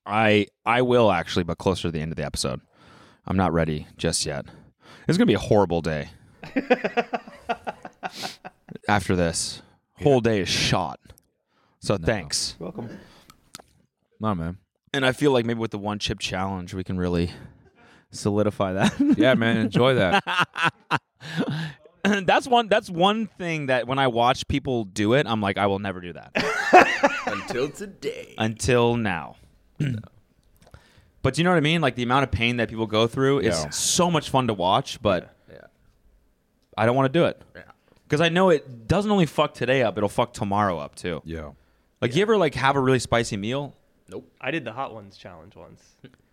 S2: I I will actually, but closer to the end of the episode. I'm not ready just yet.
S9: [LAUGHS]
S2: It's gonna be a horrible day. After this. whole day is shot. So thanks.
S11: Welcome.
S3: Nah, man.
S2: And I feel like maybe with the one chip challenge, we can really solidify that. [LAUGHS]
S3: Yeah, man, enjoy that.
S2: that's one. That's one thing that when I watch people do it, I'm like, I will never do that
S9: [LAUGHS] Until today.
S2: until now. [CLEARS THROAT] but you know what I mean? Like the amount of pain that people go through
S9: Yeah.
S2: is so much fun to watch, but
S9: Yeah.
S2: I don't want to do it. Because I know it doesn't only fuck today up; it'll fuck tomorrow up too.
S3: Yeah.
S2: Like you ever like have a really spicy meal?
S9: Nope.
S13: I did the hot ones challenge once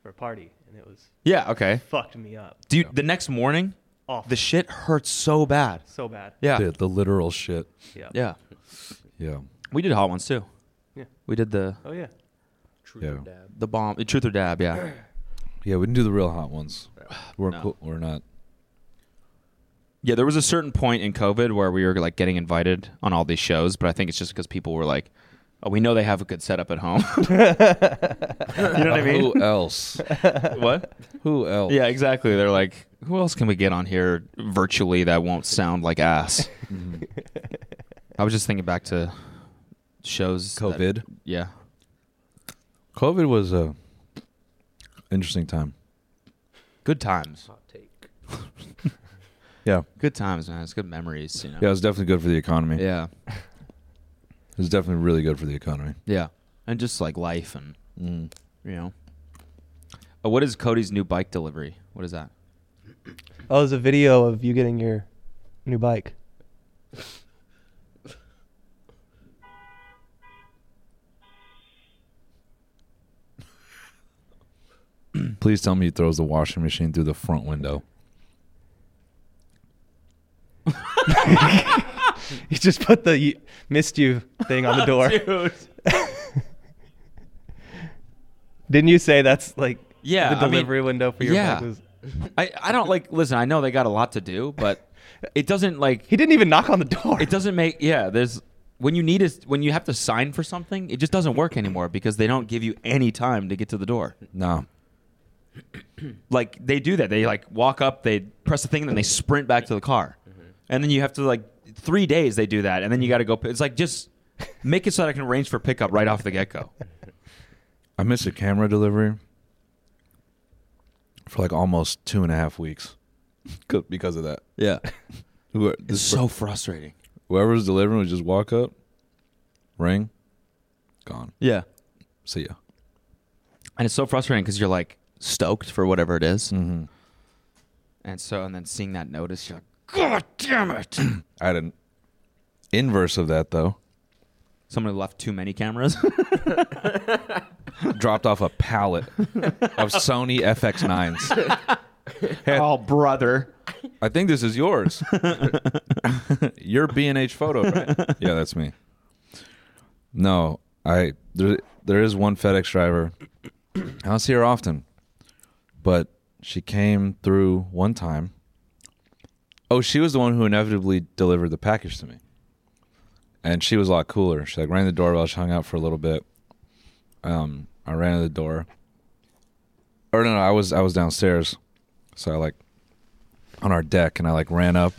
S13: for a party, and it was
S2: Yeah. Okay.
S13: fucked me up.
S2: Dude, the next morning,
S13: Awful.
S2: the shit hurts so bad.
S13: So bad.
S2: Yeah.
S3: The, the literal shit.
S13: Yeah.
S2: Yeah.
S3: Yeah.
S2: We did hot ones too.
S13: Yeah.
S2: We did the
S13: Oh yeah.
S9: Truth
S3: Yeah.
S9: or dab.
S2: the bomb, the truth or dab. Yeah.
S3: Yeah, we didn't do the real hot ones.
S2: [SIGHS]
S3: We're
S2: No.
S3: cool.
S2: [LAUGHS]
S3: We're not.
S2: Yeah, there was a certain point in COVID where we were like getting invited on all these shows, but I think it's just because people were like, oh, we know they have a good setup at home. [LAUGHS] you know what I mean? [LAUGHS]
S3: Who else?
S2: what?
S3: Who else?
S2: Yeah, exactly. They're like, who else can we get on here virtually that won't sound like [LAUGHS] ass? I was just thinking back to shows. that-
S3: COVID?
S2: yeah.
S3: COVID was a interesting time.
S2: Good times.
S9: Hot take.
S3: Yeah.
S2: Good times, man. It's good memories, you know.
S3: Yeah, it was definitely good for the economy.
S2: Yeah.
S3: It was definitely really good for the economy.
S2: Yeah. And just like life and
S3: Mm.
S2: you know. Uh, what is Cody's new bike delivery? What is that?
S13: Oh, there's a video of you getting your new bike. [LAUGHS]
S3: Please tell me he throws the washing machine through the front window.
S13: You just put the you, missed you thing
S2: [LAUGHS]
S13: on the door.
S2: Dude.
S13: [LAUGHS] Didn't you say that's like
S2: Yeah, I
S13: the
S2: mean-
S13: delivery window for your
S2: yeah.
S13: bike was?
S2: [LAUGHS] I, I don't like listen, I know they got a lot to do, but it doesn't like
S13: He didn't even knock on the door.
S2: it doesn't make yeah, there's when you need is when you have to sign for something, it just doesn't work anymore because they don't give you any time to get to the door.
S3: Nah.
S2: Like they do that. They like walk up, they press the thing, and then they sprint back to the car. And then you have to like three days they do that, and then you got to go. p- It's like just make it so that I can arrange for pickup right off the get go.
S3: I missed a camera delivery for like almost two and a half weeks [LAUGHS] 'Cause- because of that.
S2: Yeah,
S3: [LAUGHS]
S2: [LAUGHS]
S3: Whoe-
S2: it's
S3: this-
S2: so frustrating.
S3: Whoever was delivering would just walk up, ring, gone.
S2: Yeah,
S3: See ya.
S2: and it's so frustrating because you're like stoked for whatever it is,
S3: Mm-hmm.
S2: and so and then seeing that notice, you're like, God damn it! [CLEARS THROAT]
S3: I had an inverse of that though. [LAUGHS]
S2: Somebody left too many cameras. [LAUGHS]
S3: Dropped off a pallet of Sony FX9s.
S2: oh, brother!
S3: I think this is yours. Your B&H photo, right? Yeah, that's me. No, I there, there is one FedEx driver. I don't see her often, but she came through one time. Oh, she was the one who inevitably delivered the package to me. And she was a lot cooler. She like rang the doorbell, she hung out for a little bit. Um, I ran to the door. Or no, no, I was I was downstairs. So I like on our deck and I like ran up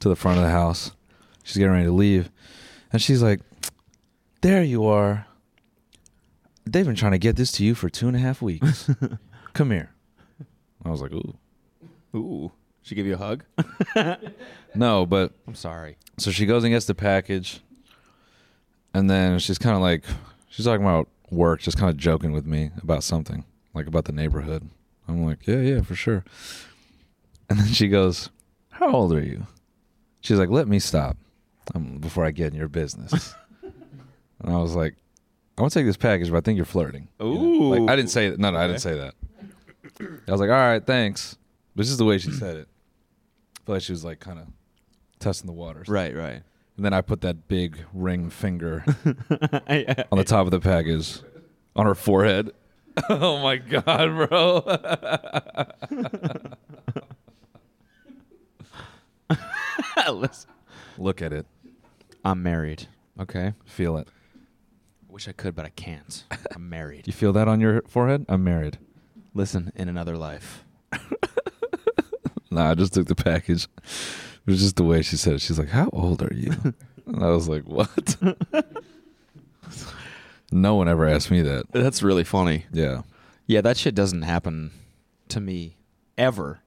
S3: to the front of the house. She's getting ready to leave. And she's like, There you are. They've been trying to get this to you for two and a half weeks. Come here. I was like, Ooh.
S2: Ooh, she give you a hug. [LAUGHS]
S3: No, but
S2: I'm sorry.
S3: so she goes and gets the package. And then she's kind of like, She's talking about work, just kind of joking with me about something, like about the neighborhood. I'm like, Yeah, yeah, for sure. And then she goes, How old are you? She's like, Let me stop um, before I get in your business. [LAUGHS] and I was like, I'm going to take this package, but I think you're flirting. You know? Like, I didn't say that. No, no, I didn't say that. I was like, All right, thanks. But just the way she said it. I feel like she was like kind of testing the waters.
S2: Right, right.
S3: And then I put that big ring finger
S2: [LAUGHS] I-
S3: on the top of the package on her forehead. oh my God, bro.
S2: I- [LAUGHS] listen.
S3: Look at it.
S2: I'm married. Okay.
S3: Feel it.
S2: Wish I could, but I can't. I'm married.
S3: Do you feel that on your forehead? I'm married.
S2: Listen, in another life. [LAUGHS]
S3: Nah, I just took the package. It was just the way she said it. She's like, How old are you? And I was like, what? [LAUGHS] no one ever asked me that.
S2: That's really funny.
S3: Yeah.
S2: Yeah, that shit doesn't happen to me ever.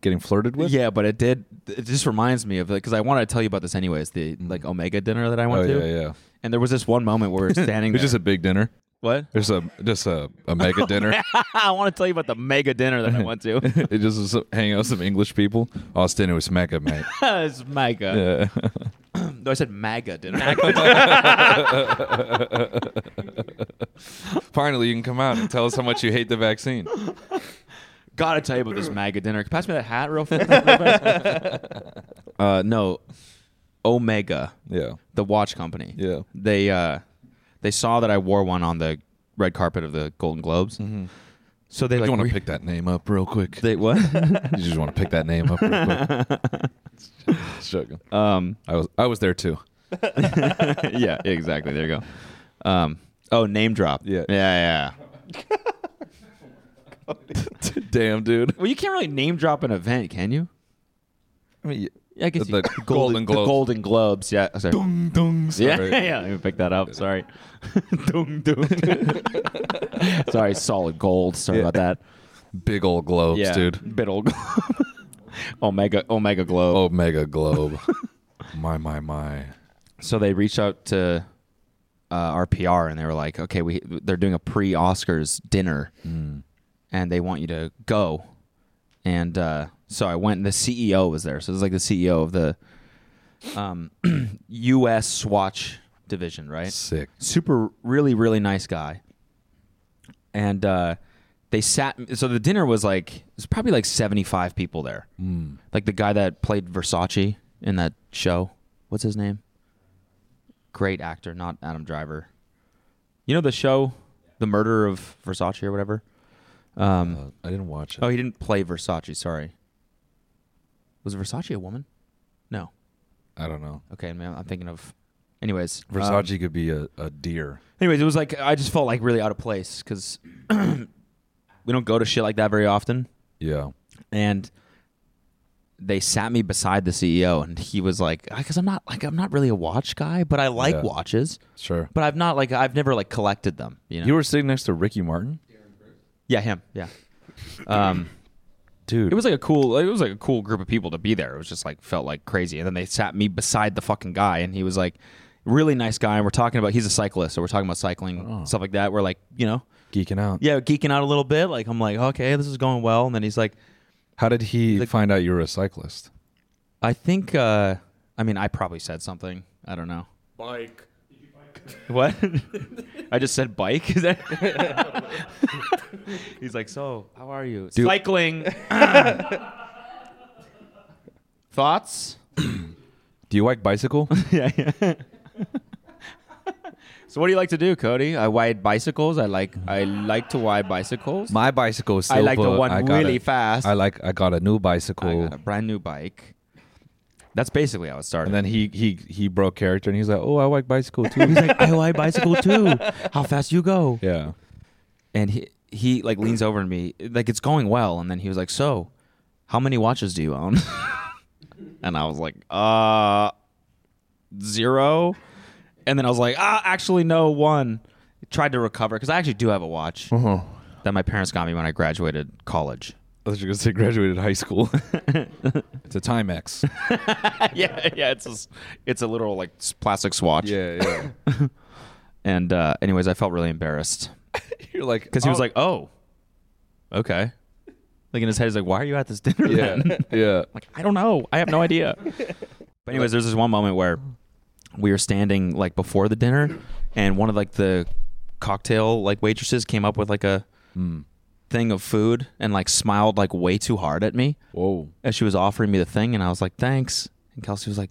S3: Getting flirted with?
S2: Yeah, but it did. It just reminds me of it because I wanted to tell you about this anyways. The like Omega dinner that I went to.
S3: Oh, yeah, yeah.
S2: And there was this one moment
S3: [LAUGHS]
S2: where we we're standing.
S3: It was
S2: there.
S3: just a big dinner.
S2: What?
S3: There's a just a, a
S2: Oh,
S3: mega dinner.
S2: [LAUGHS] I want to tell you about the mega dinner that I went to.
S3: [LAUGHS]
S2: [LAUGHS]
S3: it just was hanging out with some English people. Austin, it was mega, mate.
S2: it's mega.
S3: yeah.
S2: [CLEARS THROAT]
S3: [LAUGHS]
S2: No, I said MAGA dinner.
S3: Finally, you can come out and tell us how much you hate
S2: [LAUGHS]
S3: the vaccine.
S2: [LAUGHS] Gotta tell you about this MAGA dinner. Pass me that hat real fast. real
S3: [LAUGHS]
S2: fast. uh, no, Omega.
S3: Yeah.
S2: The watch company.
S3: Yeah.
S2: They uh, they saw that I wore one on the red carpet of the Golden Globes. So they
S3: You
S2: like
S3: wanna
S2: re-
S3: pick that name up real quick?
S2: They what?
S3: [LAUGHS] You just want to pick that name up real quick.
S2: [LAUGHS]
S3: Just joking.
S2: Um,
S3: I was I was there too.
S2: yeah, exactly. There you go. Um, oh, name drop. Yeah, yeah, yeah.
S3: Damn, dude.
S2: Well, you can't really name drop an event, can you?
S3: I mean,
S2: yeah, I guess
S3: the
S2: you,
S3: Golden
S2: the
S3: Globes.
S2: Golden Globes. Yeah, sorry.
S3: Dung, dung.
S2: [LAUGHS]
S3: Sorry.
S2: Yeah, yeah. Let me pick that up.
S3: [LAUGHS]
S2: Sorry. dung dung. [LAUGHS] sorry, solid gold. Sorry
S3: Yeah.
S2: about that.
S3: Big old globes,
S2: yeah,
S3: dude.
S2: Big old [LAUGHS] globe. Omega Omega Globe.
S3: Omega
S2: [LAUGHS]
S3: Globe. my my my.
S2: So they reached out to uh, our PR and they were like, "Okay, we they're doing a pre Oscars dinner, and they want you to go." And uh, so I went. and The CEO was there, so it was like the CEO of the um, [CLEARS THROAT] U.S. Swatch division, right?
S3: Sick.
S2: Super, really, really nice guy. And uh, they sat. So the dinner was like it was probably like seventy five people there.
S3: Mm.
S2: Like the guy that played Versace in that show. What's his name? Great actor, not Adam Driver. You know the show, The Murder of Versace or whatever. Um,
S3: Uh, I didn't watch it.
S2: Oh, he didn't play Versace. Sorry. Was Versace a woman? No.
S3: I don't know.
S2: Okay, I mean, I'm thinking of. Anyways, um,
S3: Versace could be a, a deer.
S2: Anyways, it was like I just felt like really out of place because [CLEARS THROAT] we don't go to shit like that very often.
S3: Yeah.
S2: And they sat me beside the CEO, and he was like, "Because I'm not like I'm not really a watch guy, but I like
S3: Yeah.
S2: watches.
S3: Sure.
S2: but I've not like I've never like collected them. You know?
S3: You were sitting next to Ricky Martin?
S2: yeah, him, yeah. Um,
S3: Dude.
S2: it was like a cool it was like a cool group of people to be there it was just like felt like crazy and then they sat me beside the fucking guy and he was like really nice guy and we're talking about he's a cyclist so we're talking about cycling
S3: Oh.
S2: stuff like that we're like you know
S3: Geeking out.
S2: yeah geeking out a little bit like i'm like okay this is going well and then he's like
S3: How did he find out you were a cyclist?
S2: i think uh i mean i probably said something i don't know
S14: Bike.
S2: [LAUGHS] what i just said bike is that [LAUGHS] he's like so how are you
S14: Dude.
S2: [LAUGHS] cycling thoughts
S3: Do you like bicycle?
S2: yeah, yeah. so what do you like to do, Cody? I ride bicycles. I like I like to ride bicycles.
S3: My bicycle is
S2: I like the
S3: silver.
S2: one
S3: got
S2: really
S3: a-
S2: fast.
S3: I like I got a new bicycle.
S2: a brand new bike. That's basically how it started.
S3: and then he he he broke character and he's like, "Oh, I like
S2: [LAUGHS]
S3: bicycle too." He's like,
S2: I ride bicycle [LAUGHS] too. How fast you go?
S3: Yeah.
S2: And he he like leans over to me like it's going well, and then he was like, "So, how many watches do you own?" [LAUGHS] and I was like, "Uh, zero. And then I was like, "Ah, actually, no, one." Tried to recover because I actually do have a watch
S3: Uh-huh.
S2: that my parents got me when I graduated college.
S3: I thought you were gonna say graduated high school. it's a [LAUGHS] Timex.
S2: [LAUGHS] yeah, yeah, it's a, s- it's a literal like s- plastic swatch.
S3: Yeah,
S2: yeah. and uh, anyways, I felt really embarrassed
S3: You're like
S2: because he was
S3: "Oh."
S2: like, "Oh, okay." Like in his head, he's like, "Why are you at this dinner?"
S3: Yeah,
S2: then?
S3: yeah.
S2: [LAUGHS] like I don't know. I have no
S3: [LAUGHS]
S2: idea. But anyways, there's this one moment where we were standing like before the dinner, and one of like the cocktail like waitresses came up with like a
S3: Mm.
S2: thing of food and like smiled like way too hard at me.
S3: Whoa.
S2: As she was offering me the thing, and I was like, thanks. And Kelsey was like,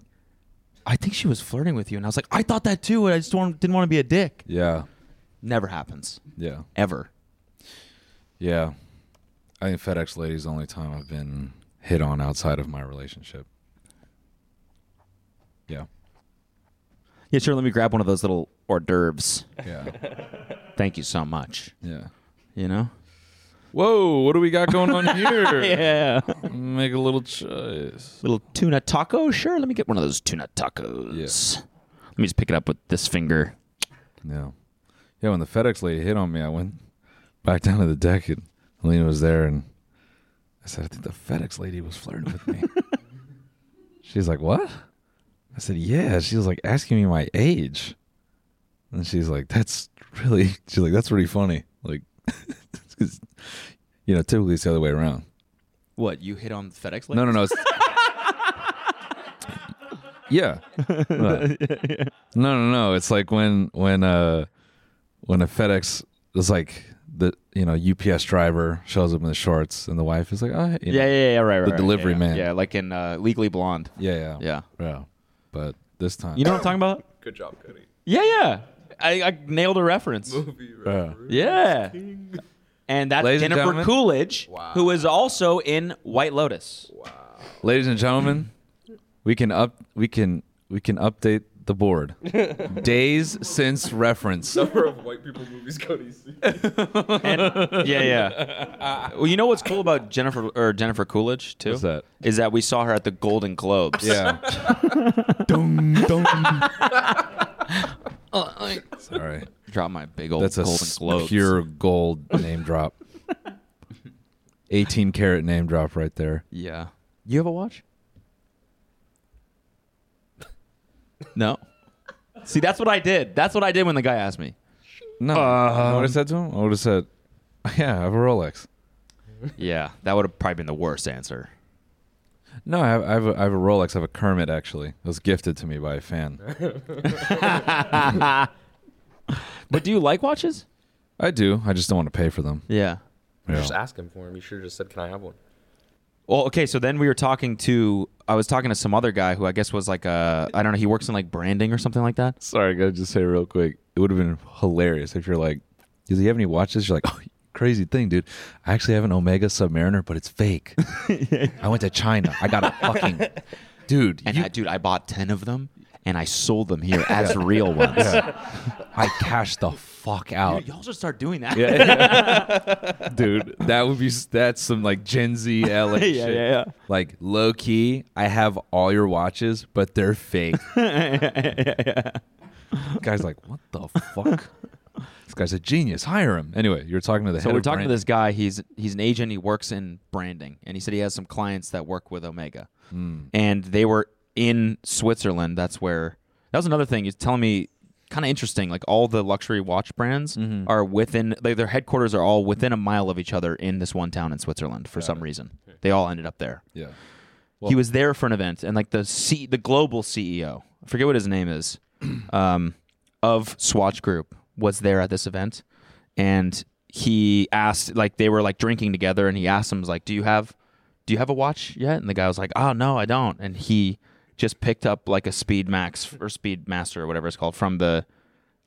S2: I think she was flirting with you. And I was like, I thought that too. And I just don't, didn't want to be a dick.
S3: Yeah,
S2: Never happens.
S3: yeah,
S2: Ever.
S3: yeah. I think FedEx lady's the only time I've been hit on outside of my relationship. Yeah.
S2: Yeah, sure. Let me grab one of those little
S3: [LAUGHS]
S2: hors d'oeuvres.
S3: Yeah.
S2: Thank you so much.
S3: Yeah.
S2: You know?
S3: Whoa, what do we got going on
S2: [LAUGHS]
S3: here?
S2: yeah.
S3: Make a little choice.
S2: Little tuna taco? Sure, let me get one of those tuna tacos. Let me just pick it up with this finger.
S3: Yeah. Yeah, when the FedEx lady hit on me, I went back down to the deck and Lena was there and I said, I think the FedEx lady was flirting with me. She's like, What? I said, Yeah. She was like asking me my age. And she's like, That's really she's like, That's pretty funny. Like [LAUGHS] 'cause, you know, typically it's the other way around.
S2: What, you hit on FedEx
S3: No, no, no. It's, yeah. No. no, no, no. It's like when when uh when a FedEx is like the you know UPS driver shows up in the shorts and the wife is like, oh, you know,
S2: yeah, yeah, yeah, right, right.
S3: the
S2: right,
S3: delivery
S2: yeah,
S3: man.
S2: Yeah, like in uh, Legally Blonde.
S3: Yeah,
S2: yeah,
S3: yeah, yeah. But this time,
S2: You know what I'm talking about?
S9: [LAUGHS] Good job, Cody.
S2: Yeah, yeah. I, I nailed a reference.
S9: Movie
S3: Yeah.
S2: Yeah. And that's
S3: Ladies and
S2: Jennifer
S3: gentlemen.
S2: Coolidge, who is also in White Lotus.
S3: Ladies and gentlemen, we can up we can we can update
S2: [LAUGHS]
S3: the board. Days since reference.
S9: Number of white people movies Cody's seen.
S2: And- yeah, yeah. Well, you know what's cool about Jennifer or Jennifer Coolidge too?
S3: What's that?
S2: Is that we saw her at the Golden Globes.
S3: Yeah.
S2: Dum, dum.
S3: Sorry.
S2: Drop my big old
S3: That's a
S2: Golden
S3: s-
S2: Globes.
S3: pure gold
S2: [LAUGHS]
S3: name drop. 18 karat name drop right there.
S2: Yeah. You have a watch? No. See, that's what I did. That's what I did when the guy asked me.
S3: No,
S2: Um,
S3: I would have said to him. I would have said, [LAUGHS] "Yeah, I have a Rolex."
S2: Yeah, that would have probably been the worst answer.
S3: No, I have, I have, a, I have a Rolex. I have a Kermit actually. It was gifted to me by a fan.
S2: [LAUGHS] But do you like watches?
S3: I do. I just don't want to pay for them.
S2: Yeah.
S9: Just ask him for him. You should have just said, "Can I have one?"
S2: Well, okay, so then we were talking to I was talking to some other guy who I guess was like uh I don't know, he works in like branding or something like that.
S3: Sorry, I gotta just say real quick. It would have been hilarious if you're like, "Does he have any watches?" You're like, "Oh, crazy thing, dude. I actually have an Omega Submariner, but
S2: [LAUGHS]
S3: it's fake. I went to China. I got a fucking dude.
S2: And
S3: you-
S2: I, dude, I bought 10 of them and I sold them here
S3: [LAUGHS]
S2: as real ones.
S3: I cashed the fuck out."
S2: Dude, y'all should start doing that. [LAUGHS]
S3: Yeah. dude, that would be that's some like Gen Z
S2: Yeah,
S3: LA shit.
S2: yeah, yeah.
S3: Like low key, I have all your watches, but they're
S2: [LAUGHS]
S3: fake. Guy's like, what the fuck? this guy's a genius. Hire him. Anyway, you're talking to the
S2: So
S3: head
S2: we're
S3: of
S2: talking
S3: brand-
S2: to this guy. He's he's an agent. He works in branding, and he said he has some clients that work with Omega,
S3: Hmm.
S2: and they were in Switzerland. That's where that was another thing. He's telling me kind of interesting. Like all the luxury watch brands
S3: Mm-hmm.
S2: are within like, their headquarters are all within a mile of each other in this one town in Switzerland for some reason. They all ended up there.
S3: Yeah.
S2: he was there for an event, and like the C, the global CEO, I forget what his name is, [CLEARS THROAT] um, of Swatch Group was there at this event, and he asked, like they were like drinking together, and he asked him, was like, "Do you have, do you have a watch yet?" And the guy was like, "Oh no, I don't," and he just picked up like a Speed Max or Speed Master or whatever it's called from the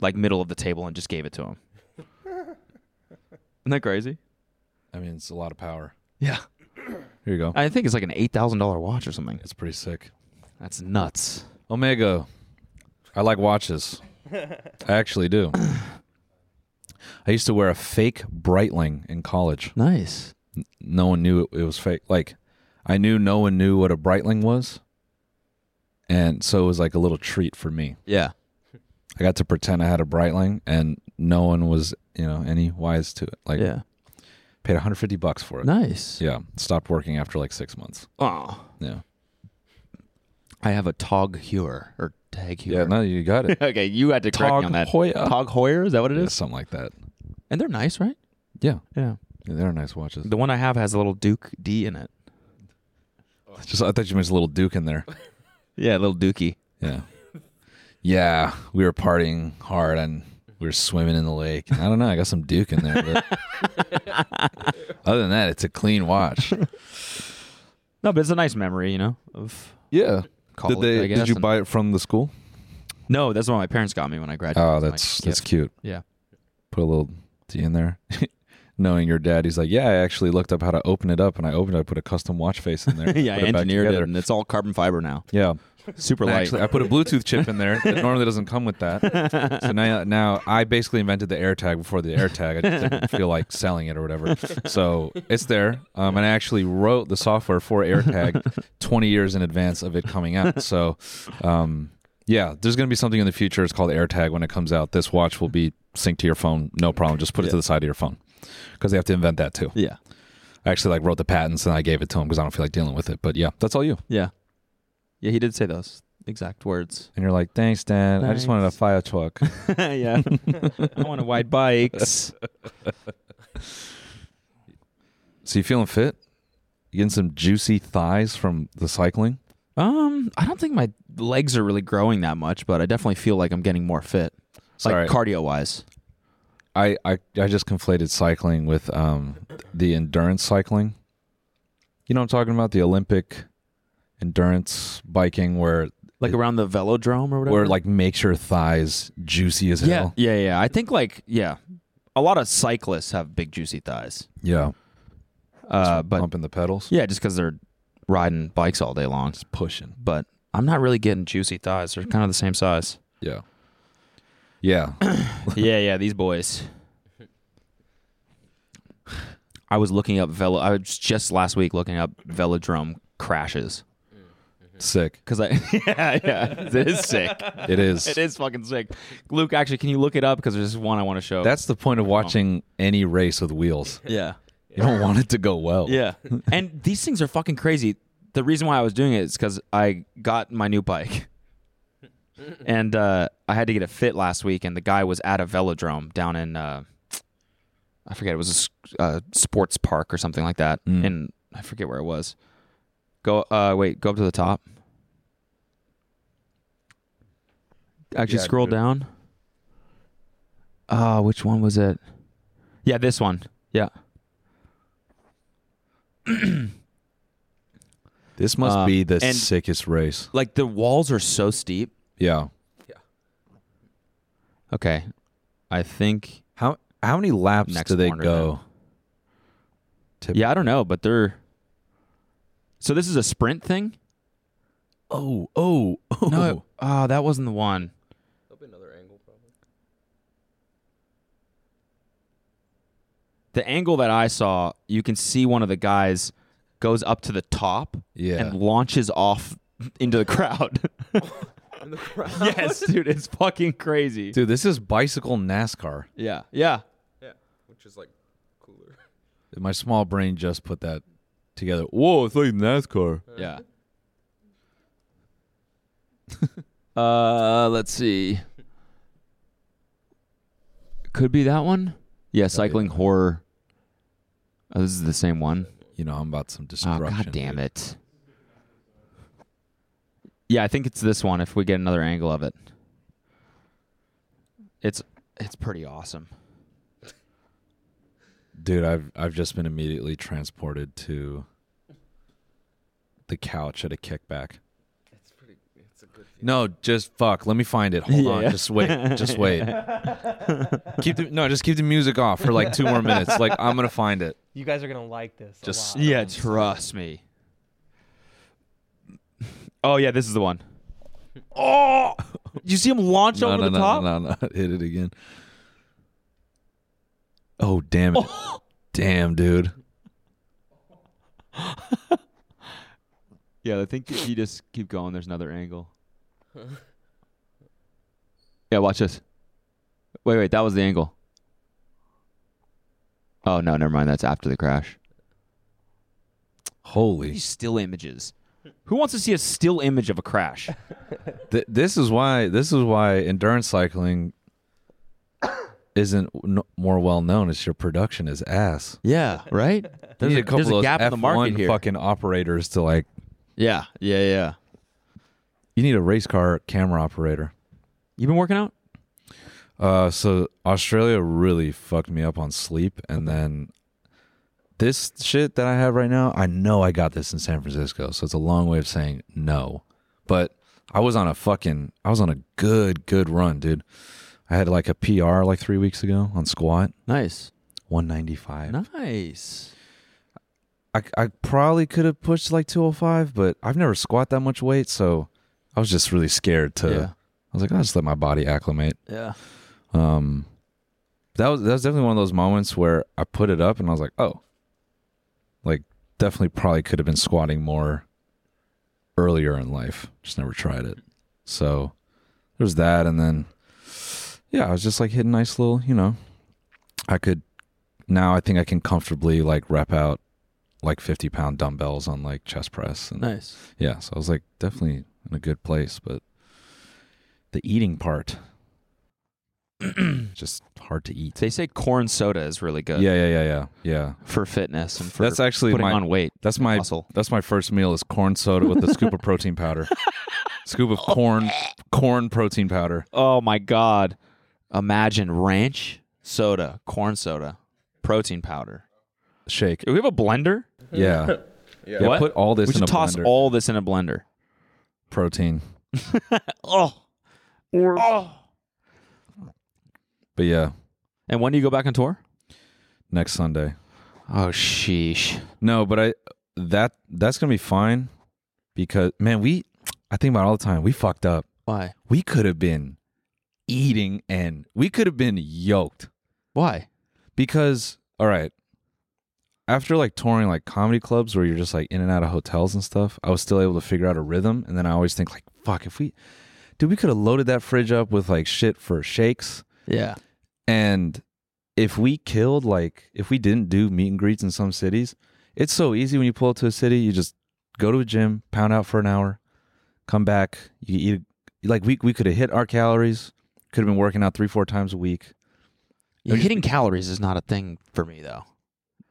S2: like middle of the table and just gave it to him. [LAUGHS] Isn't that crazy?
S3: I mean, it's a lot of power.
S2: Yeah.
S3: Here you go.
S2: I think it's like an eight thousand dollar watch or something.
S3: It's pretty sick.
S2: That's nuts.
S3: Omega. I
S2: [LAUGHS]
S3: like watches. I actually do. I used to wear a fake Breitling in college.
S2: Nice.
S3: N- No one knew it, it was fake. Like, I knew no one knew what a Breitling was. And so it was like a little treat for me.
S2: Yeah.
S3: I got to pretend I had a Breitling and no one was, you know, any wise to it. Like,
S2: Yeah.
S3: paid 150 bucks for it.
S2: Nice.
S3: Yeah. Stopped working after like six months.
S2: Oh.
S3: Yeah.
S2: I have a Tog Heuer or Tag Heuer.
S3: Yeah. No, you got it.
S2: okay, you had to correct me
S3: Tog
S2: on that.
S3: Heuer.
S2: Tog Heuer, is that what [LAUGHS] it is?
S3: Yeah, something like that.
S2: And they're nice, right?
S3: Yeah.
S2: Yeah.
S3: Yeah, they're nice watches.
S2: The one I have has a little Duke D in it.
S3: Just I thought you meant a little Duke in there.
S2: Yeah, a little Dookie.
S3: Yeah. Yeah, we were partying hard and we were swimming in the lake. I don't know. I got some Duke in there.
S2: [LAUGHS]
S3: But other than that, it's a clean watch.
S2: No, but it's a nice memory, you know. Of
S3: Yeah.
S2: College, I guess, and-
S3: buy it from the school?
S2: no, that's what my parents got me when I graduated.
S3: Oh,
S2: It's my
S3: that's
S2: [LAUGHS]
S3: that's
S2: gift.
S3: cute.
S2: Yeah.
S3: Put a little D in there. [LAUGHS] Knowing your dad, he's like, yeah, I actually looked up how to open it up, and I opened it. I put a custom watch face in there.
S2: [LAUGHS] yeah, I
S3: put it back
S2: engineered it,
S3: together."
S2: and it's all carbon fiber now.
S3: Yeah,
S2: Super
S3: And
S2: light.
S3: Actually, I put a Bluetooth chip
S2: [LAUGHS]
S3: in there that normally doesn't come with that. So now, now I basically invented the AirTag before the AirTag. I just didn't feel like selling it or whatever. So it's there, um, and I actually wrote the software for AirTag 20 years in advance of it coming out. So, um, yeah, there's going to be something in the future. It's called AirTag when it comes out. This watch will be synced to your phone, no problem. Just put it to the side of your phone because they have to invent that
S2: [LAUGHS]
S3: too.
S2: Yeah.
S3: I actually like wrote the patents and I gave it to him because I don't feel like dealing with it. But yeah, that's all you.
S2: Yeah. Yeah, he did say those exact words.
S3: And you're like, thanks, Dan. I just wanted a fire truck.
S2: [LAUGHS]
S3: [LAUGHS]
S2: yeah. [LAUGHS] I want to wide [LAUGHS] bikes.
S3: So you feeling fit? You getting some juicy thighs from the cycling?
S2: Um, I don't think my legs are really growing that much, but I definitely feel like I'm getting more fit.
S3: Sorry.
S2: Like cardio wise.
S3: I, I I just conflated cycling with um the endurance cycling. You know what I'm talking about? The Olympic endurance biking where
S2: Like around the velodrome or whatever.
S3: where it, like makes your thighs juicy as
S2: yeah,
S3: hell.
S2: yeah, yeah. I think like yeah, a lot of cyclists have big juicy thighs.
S3: Yeah.
S2: Uh, but
S3: pumping the pedals.
S2: Yeah, just because they're riding bikes all day long, just
S3: pushing.
S2: But I'm not really getting juicy thighs. They're kind of the same [LAUGHS] size.
S3: Yeah. [COUGHS] Yeah.
S2: yeah, yeah. These boys. I was looking up velo. I was just last week looking up velodrome crashes.
S3: Sick.
S2: Cause I [LAUGHS] yeah yeah it is sick.
S3: It is.
S2: It is fucking sick. Luke, actually, can you look it up? Because there's one I want to show.
S3: That's the point of watching any race with wheels.
S2: Yeah.
S3: You don't want it to go well.
S2: Yeah. [LAUGHS] and these things are fucking crazy. The reason why I was doing it is because I got my new [LAUGHS] bike. And uh, I had to get it fit last week, and the guy was at a velodrome down in, uh, I forget, it was a s- uh, sports park or something like that.
S3: Mm.
S2: And I forget where it was. Go, uh, wait, go up to the top. Actually,
S11: Yeah,
S2: scroll
S11: dude.
S2: down. Uh, which one was it? Yeah, this one. Yeah.
S3: This must
S2: Um,
S3: be the
S2: and-
S3: sickest race.
S2: Like the walls are so steep.
S3: Yeah.
S2: Okay. I think
S3: how how many laps
S2: next
S3: do they
S2: corner
S3: go?
S2: then. Yeah, I don't know, but they're So this is a sprint thing?
S3: Oh, oh, oh.
S2: No, it- ah, that wasn't the one. There'll be another angle probably. The angle that I saw, you can see one of the guys goes up to the top
S3: Yeah.
S2: and launches off into the crowd.
S9: [LAUGHS]
S2: [LAUGHS]
S9: In the crowd.
S2: yes, dude, it's fucking crazy.
S3: Dude, this is bicycle NASCAR.
S2: Yeah. Yeah.
S9: Yeah, which is like cooler.
S3: My small brain just put that together. Whoa, it's like NASCAR. [LAUGHS]
S2: Yeah. [LAUGHS] uh, let's see. Could be that one. Yeah, cycling horror. Oh, this is the same one.
S3: You know, I'm about some
S2: Oh,
S3: destruction.
S2: God damn it. Yeah, I think it's this one. If we get another angle of it, it's it's pretty awesome.
S3: Dude, I've I've just been immediately transported to the couch at a kickback. No, just fuck. Let me find it. Hold
S2: Yeah,
S3: on.
S2: yeah.
S3: Just wait.
S2: [LAUGHS]
S3: Just wait. keep the no. Just keep the music off for like two more minutes. Like I'm gonna find it.
S13: You guys are gonna like this. a
S3: Just
S13: lot.
S2: Yeah, trust me. [LAUGHS] Oh yeah, this is the one. Oh, you see him launch
S3: no,
S2: over
S3: no,
S2: the
S3: no,
S2: top?
S3: no, no, [LAUGHS] no. Hit it again. Oh
S2: [LAUGHS]
S3: damn it! damn, dude.
S2: Yeah, I think if you just keep going, there's another [LAUGHS] angle. Yeah, watch this. Wait, wait, that was the angle. Oh no, never mind. That's after the crash.
S3: Holy.
S2: These still images. Who wants to see a still image of a crash?
S3: Th- this is why. This is why endurance
S2: [COUGHS]
S3: cycling isn't n- more well known. It's your production is ass.
S2: [LAUGHS] Yeah, right.
S3: You
S2: [LAUGHS] There's
S3: need
S2: a,
S3: a couple
S2: there's
S3: of
S2: a
S3: those
S2: gap in the
S3: F1
S2: market here.
S3: fucking operators to like.
S2: Yeah, yeah, yeah.
S3: You need a race car camera operator.
S2: You been working out?
S3: Uh, so Australia really fucked me up on sleep, and then this shit that I have right now, I know I got this in San Francisco, so it's a long way of saying no. But I was on a fucking, I was on a good, good run, dude. I had like a PR like three weeks ago on squat,
S2: Nice,
S3: one ninety five.
S2: nice.
S3: oh I, I probably could have pushed like 205, but I've never squat that much weight, so I was just really scared to.
S2: Yeah.
S3: I was like, I'll just let my body acclimate.
S2: Yeah.
S3: Um, that was that was definitely one of those moments where I put it up and I was like, oh, like definitely probably could have been squatting more earlier in life. Just never tried it. So there's that, and then yeah, I was just like hitting nice little, you know, I could now I think I can comfortably like rep out like 50 pound dumbbells on like chest press. And
S2: Nice.
S3: Yeah. So I was like definitely in a good place, but the eating
S2: [CLEARS THROAT]
S3: part, just hard to eat.
S2: They say corn soda is really good.
S3: Yeah. Yeah. Yeah. Yeah. Yeah.
S2: For fitness and for
S3: that's actually
S2: putting
S3: my,
S2: on weight.
S3: That's my that's my first meal is corn soda with a scoop of
S2: [LAUGHS]
S3: protein powder, scoop of corn corn protein powder.
S2: Oh my god! Imagine ranch soda, corn soda, protein powder.
S3: Shake.
S2: Do we have a blender? [LAUGHS]
S3: Yeah. Yeah. Yeah,
S2: What?
S3: put all this
S2: We
S3: in
S2: should
S3: a
S2: toss
S3: blender.
S2: all this in a blender.
S3: Protein.
S2: Oh. oh.
S3: But yeah,
S2: And when do you go back on tour?
S3: next Sunday.
S2: Oh sheesh.
S3: No, but I that that's gonna be fine because man, we I think about it all the time. We fucked up.
S2: Why?
S3: We could have been eating and we could have been yoked.
S2: Why?
S3: Because all right. After like touring like comedy clubs where you're just like in and out of hotels and stuff, I was still able to figure out a rhythm and then I always think like fuck if we dude, we could have loaded that fridge up with like shit for shakes.
S2: Yeah.
S3: And if we killed, like, if we didn't do meet and greets in some cities, it's so easy when you pull up to a city, you just go to a gym, pound out for an hour, come back, you eat, like, we, we could have hit our calories, could have been working out three, four times a week.
S2: Yeah, hitting calories is not a thing for me though.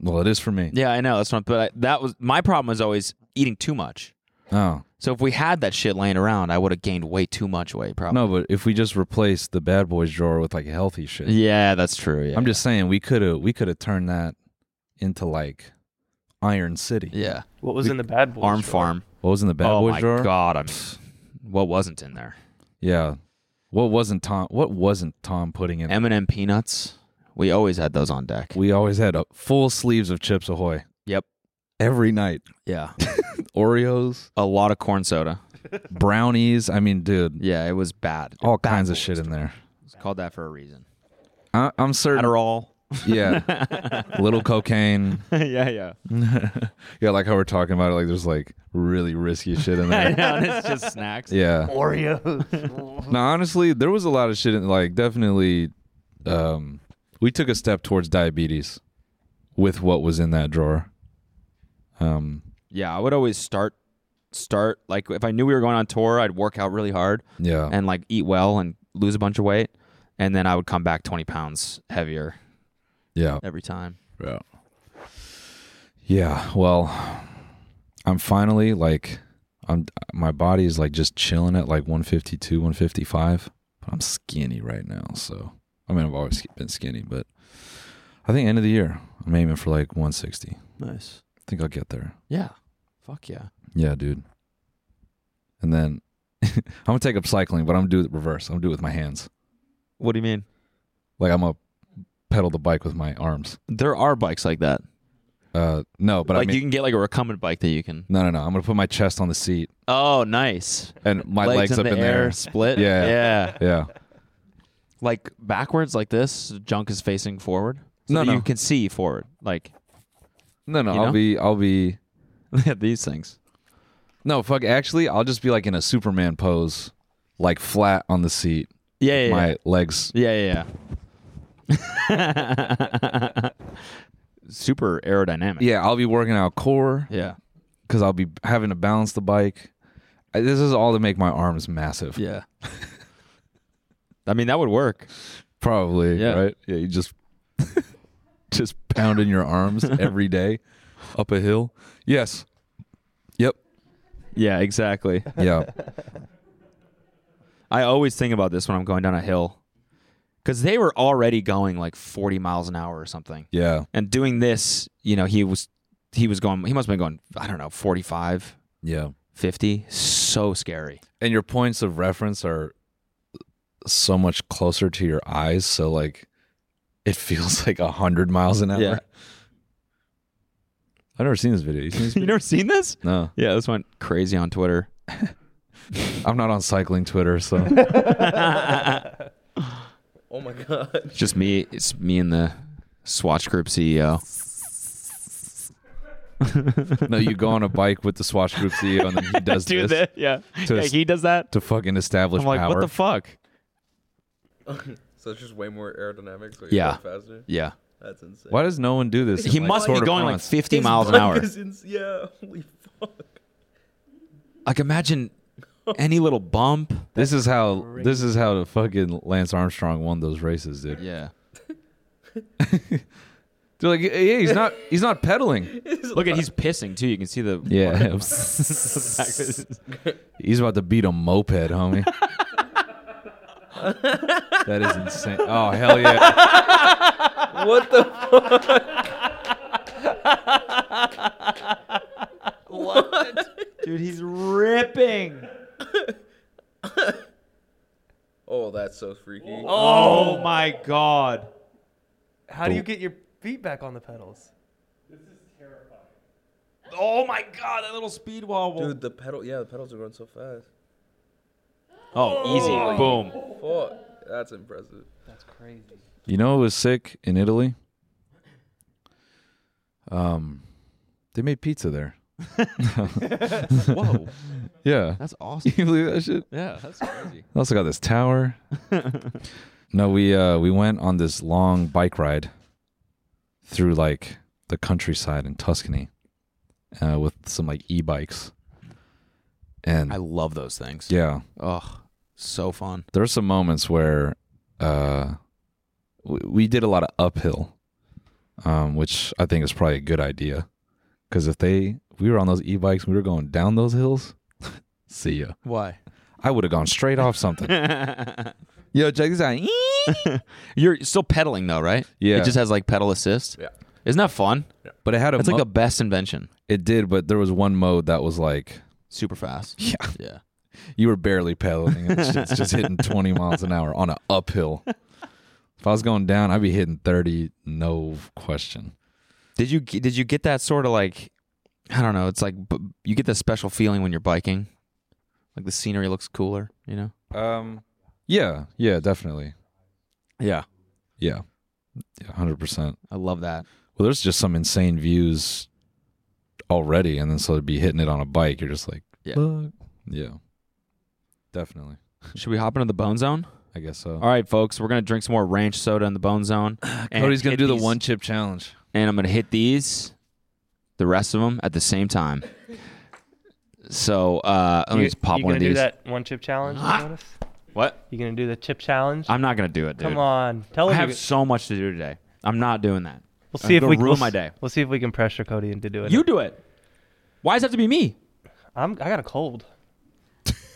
S3: Well, it is for me.
S2: Yeah, I know. That's not. But I, that was my problem. Was always eating too much.
S3: Oh.
S2: So if we had that shit laying around, I would have gained way too much weight. Probably.
S3: No, but if we just replace the bad boys drawer with like healthy shit.
S2: Yeah, that's true. Yeah.
S3: I'm just saying we could have we could have turned that into like Iron City.
S2: Yeah.
S13: What was in the bad boys?
S2: Arm
S13: drawer?
S2: Farm.
S3: What was in the bad
S2: oh
S3: boys
S2: my
S3: drawer?
S2: god! I'm. What wasn't in there?
S3: Yeah. What wasn't Tom? What wasn't Tom putting in?
S2: M and M peanuts. We always had those on deck.
S3: We always had a full sleeves of Chips Ahoy.
S2: Yep.
S3: Every night.
S2: Yeah.
S3: Oreos.
S2: [LAUGHS] A lot of corn soda.
S3: Brownies. I mean, dude.
S2: Yeah, it was bad.
S3: All kinds of shit in there.
S2: It's called that for a reason.
S3: I, I'm certain.
S2: Adderall.
S3: [LAUGHS] Yeah. Little cocaine.
S2: [LAUGHS] yeah, [LAUGHS] yeah.
S3: yeah, like how we're talking about it. Like there's like really risky shit in
S2: I
S3: there.
S2: [LAUGHS] know, and it's just snacks.
S3: Yeah.
S13: Oreos.
S3: [LAUGHS] No, honestly, there was a lot of shit. In, like, definitely, um, we took a step towards diabetes with what was in that drawer. Um,
S2: Yeah, I would always start start like if I knew we were going on tour, I'd work out really hard.
S3: Yeah.
S2: And like eat well and lose a bunch of weight. And then I would come back twenty pounds heavier
S3: yeah,
S2: every time.
S3: yeah, yeah. Well, I'm finally like, I'm my body is like just chilling at like 152, 155, but I'm skinny right now. So, I mean, I've always been skinny, but I think end of the year, I'm aiming for like 160.
S2: Nice.
S3: I think I'll get there.
S2: Yeah. Fuck yeah.
S3: Yeah, dude. And then [LAUGHS] I'm gonna take up cycling, but I'm gonna do it reverse. I'm gonna do it with my hands.
S2: What do you mean?
S3: Like I'm gonna pedal the bike with my arms.
S2: There are bikes like that.
S3: Uh, no, but
S2: like
S3: I mean,
S2: you can get like a recumbent bike that you can
S3: no, no, no. I'm gonna put my chest on the seat
S2: Oh, nice.
S3: and my
S2: Legs
S3: legs,
S2: in
S3: up
S2: the
S3: in there.
S2: air, split?
S3: Yeah,
S2: Yeah.
S3: yeah.
S2: Like backwards like this, junk is facing forward. So
S3: No,
S2: that
S3: no.
S2: you can see forward.
S3: [LAUGHS]
S2: Like
S3: No, no.
S2: You
S3: I'll
S2: know?
S3: be, I'll be.
S2: these things.
S3: No, fuck. Actually, I'll just be like in a Superman pose, like flat on the seat.
S2: Yeah, yeah,
S3: My
S2: yeah.
S3: legs.
S2: Yeah, yeah, yeah. [LAUGHS] Super aerodynamic.
S3: Yeah, I'll be working out core.
S2: Yeah.
S3: because I'll be having to balance the bike. I- This is all to make my arms massive.
S2: Yeah. [LAUGHS] I mean, that would work.
S3: Probably,
S2: Yeah.
S3: right? Yeah, you just [LAUGHS] just pounding your
S2: [LAUGHS]
S3: arms every day up a hill. Yes. Yep.
S2: Yeah, exactly. [LAUGHS]
S3: Yeah.
S2: I always think about this when I'm going down a hill because they were already going like 40 miles an hour or something.
S3: Yeah.
S2: And doing this, you know, he was he was going he must have been going I don't know 45,
S3: Yeah.
S2: 50. So scary. [LAUGHS]
S3: And your points of reference are so much closer to your eyes, so like it feels [LAUGHS] like a hundred miles an hour.
S2: Yeah.
S3: I've never seen this video. You seen this
S2: [LAUGHS] you never seen this?
S3: No.
S2: Yeah, this went crazy on Twitter.
S3: I'm not on cycling Twitter, so
S2: [LAUGHS]
S9: Oh my
S13: [LAUGHS]
S9: god.
S2: It's just me. It's me and the Swatch Group E CEO.
S3: no, you go on a bike with the Swatch Group CEO, and then
S2: [LAUGHS]
S3: he does
S2: Do
S3: this.
S2: that, yeah.
S3: to
S2: Yeah,
S3: es-
S2: he does that.
S3: to fucking establish
S2: I'm like,
S3: power.
S2: what the fuck?
S9: so it's just way more aerodynamic. So you're
S3: Yeah.
S9: going faster.
S2: Yeah.
S9: That's insane.
S3: Why does no one do this?
S2: He
S3: in, like,
S2: must be
S3: Tour de
S2: going, like,
S3: France?
S2: 50 His miles an
S9: Like,
S2: hour.
S9: it's ins- yeah. Holy fuck.
S2: Like, [LAUGHS] imagine any little bump.
S3: This is how this is how the fucking Lance Armstrong won those races, dude.
S2: Yeah.
S3: They're like,
S2: [LAUGHS]
S3: yeah, he's not he's not pedaling.
S2: Look at he's pissing too. You can
S9: [LAUGHS]
S2: see the [LAUGHS]
S3: [LAUGHS] Yeah.
S2: Back-
S3: He's about to beat a moped, homie. that is insane. Oh hell yeah.
S9: what the fuck?
S2: Dude, he's ripping.
S9: Oh, that's so freaky.
S2: Oh my god.
S13: How do you get your feet back on the pedals?
S2: Oh my god, that little speed wobble.
S9: Dude, the pedal. Yeah, the pedals are going so fast.
S2: Oh, easy. Boom.
S9: Fuck. That's impressive.
S13: That's crazy.
S3: You know it was sick in Italy? Um they made pizza there.
S2: [LAUGHS] Whoa.
S3: [LAUGHS] Yeah.
S2: That's awesome.
S3: [LAUGHS] You believe that shit?
S2: Yeah, that's crazy.
S3: I [LAUGHS] also got
S2: [LAUGHS]
S3: this tower. no, we uh we went on this long bike ride through like the countryside in Tuscany uh, with some like e-bikes. And
S2: I love those things.
S3: yeah,
S2: Oh, so fun.
S3: there are some moments where uh we, we did a lot of uphill, um, which I think is probably a good idea because if they if we were on those e-bikes, we were going down those hills. [LAUGHS] see ya.
S2: Why?
S3: I would have gone straight off something. [LAUGHS] Yo, check this out.
S2: [LAUGHS] You're still pedaling though, right?
S3: Yeah.
S2: It just has like pedal assist.
S9: Yeah.
S2: Isn't that fun? Yeah.
S3: But it had a
S2: That's like
S3: mo-
S2: the best invention.
S3: It did, but there was one mode that was like
S2: Super fast.
S3: Yeah.
S2: Yeah.
S3: you were barely pedaling. It was just, just hitting 20 miles an hour on an uphill. If I was going down, I'd be hitting 30, no question.
S2: Did you did you get that sort of like I don't know, it's like b- you get that special feeling when you're biking. Like the scenery looks cooler, you know?
S3: Um, yeah, yeah, definitely.
S2: Yeah.
S3: Yeah, yeah, hundred percent.
S2: I love that.
S3: Well, there's just some insane views already, and then so to be hitting it on a bike, you're just like,
S2: Yeah.
S3: "Fuck." yeah, definitely.
S2: Should we hop into the bone zone?
S3: I guess so.
S2: All right, folks, we're gonna drink some more ranch soda in the bone [SIGHS] zone. and
S3: Cody's gonna
S2: hit
S3: do the
S2: these-
S3: one chip challenge.
S2: and I'm gonna hit these, the rest of them at the same time. So uh, let me just pop
S13: you
S2: one
S13: gonna
S2: of these. Ah.
S13: do that one chip challenge? Jonas?
S2: What?
S13: You gonna do the chip challenge?
S2: I'm not gonna do it, dude.
S13: Come on, tell
S2: I
S13: him.
S2: have so much to do today. I'm not doing that.
S13: we'll see if
S2: I'm
S13: we
S2: ruin
S13: we'll,
S2: my
S13: s-
S2: day.
S13: We'll see if we can pressure Cody into doing
S2: You
S13: it.
S2: do it. Why does it have to be me?
S13: I'm, I got a cold.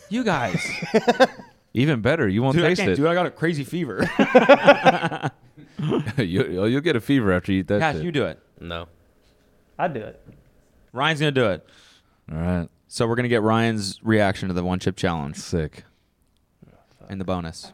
S2: You guys.
S3: Even better, you won't
S2: Dude, I
S3: taste
S2: can't
S3: it.
S2: do it. I got a crazy fever.
S3: [LAUGHS] you, you'll get a fever after you eat that.
S2: Cash,
S3: shit.
S2: you do it.
S9: No.
S13: I'd do it.
S2: Ryan's gonna do it.
S3: All right,
S2: So we're gonna get Ryan's reaction to the one chip challenge
S3: sick.
S2: and the bonus.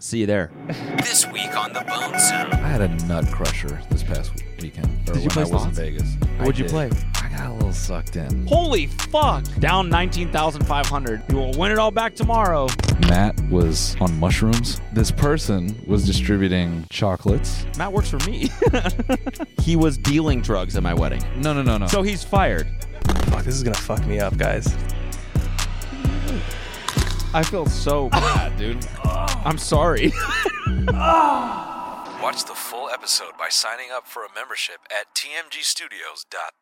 S2: See you there.
S1: This week on the Bone Zone.
S3: I had a nut crusher this past weekend. Or
S2: Did you
S3: when
S2: play
S3: I was in
S2: slots?
S3: Vegas. I
S2: What'd you
S3: did.
S2: play?
S3: I got a little sucked in.
S2: Holy fuck! Down 19,500. You will win it all back tomorrow.
S3: Matt was on mushrooms. This person was distributing chocolates.
S2: Matt works for me. [LAUGHS] he was dealing drugs at my wedding.
S3: No, no, no, no.
S2: So he's fired.
S13: Fuck, this is gonna fuck me up, guys.
S2: I feel so bad, dude. I'm sorry. [LAUGHS]
S3: watch the full episode by signing up for a membership at tmgstudios.tv.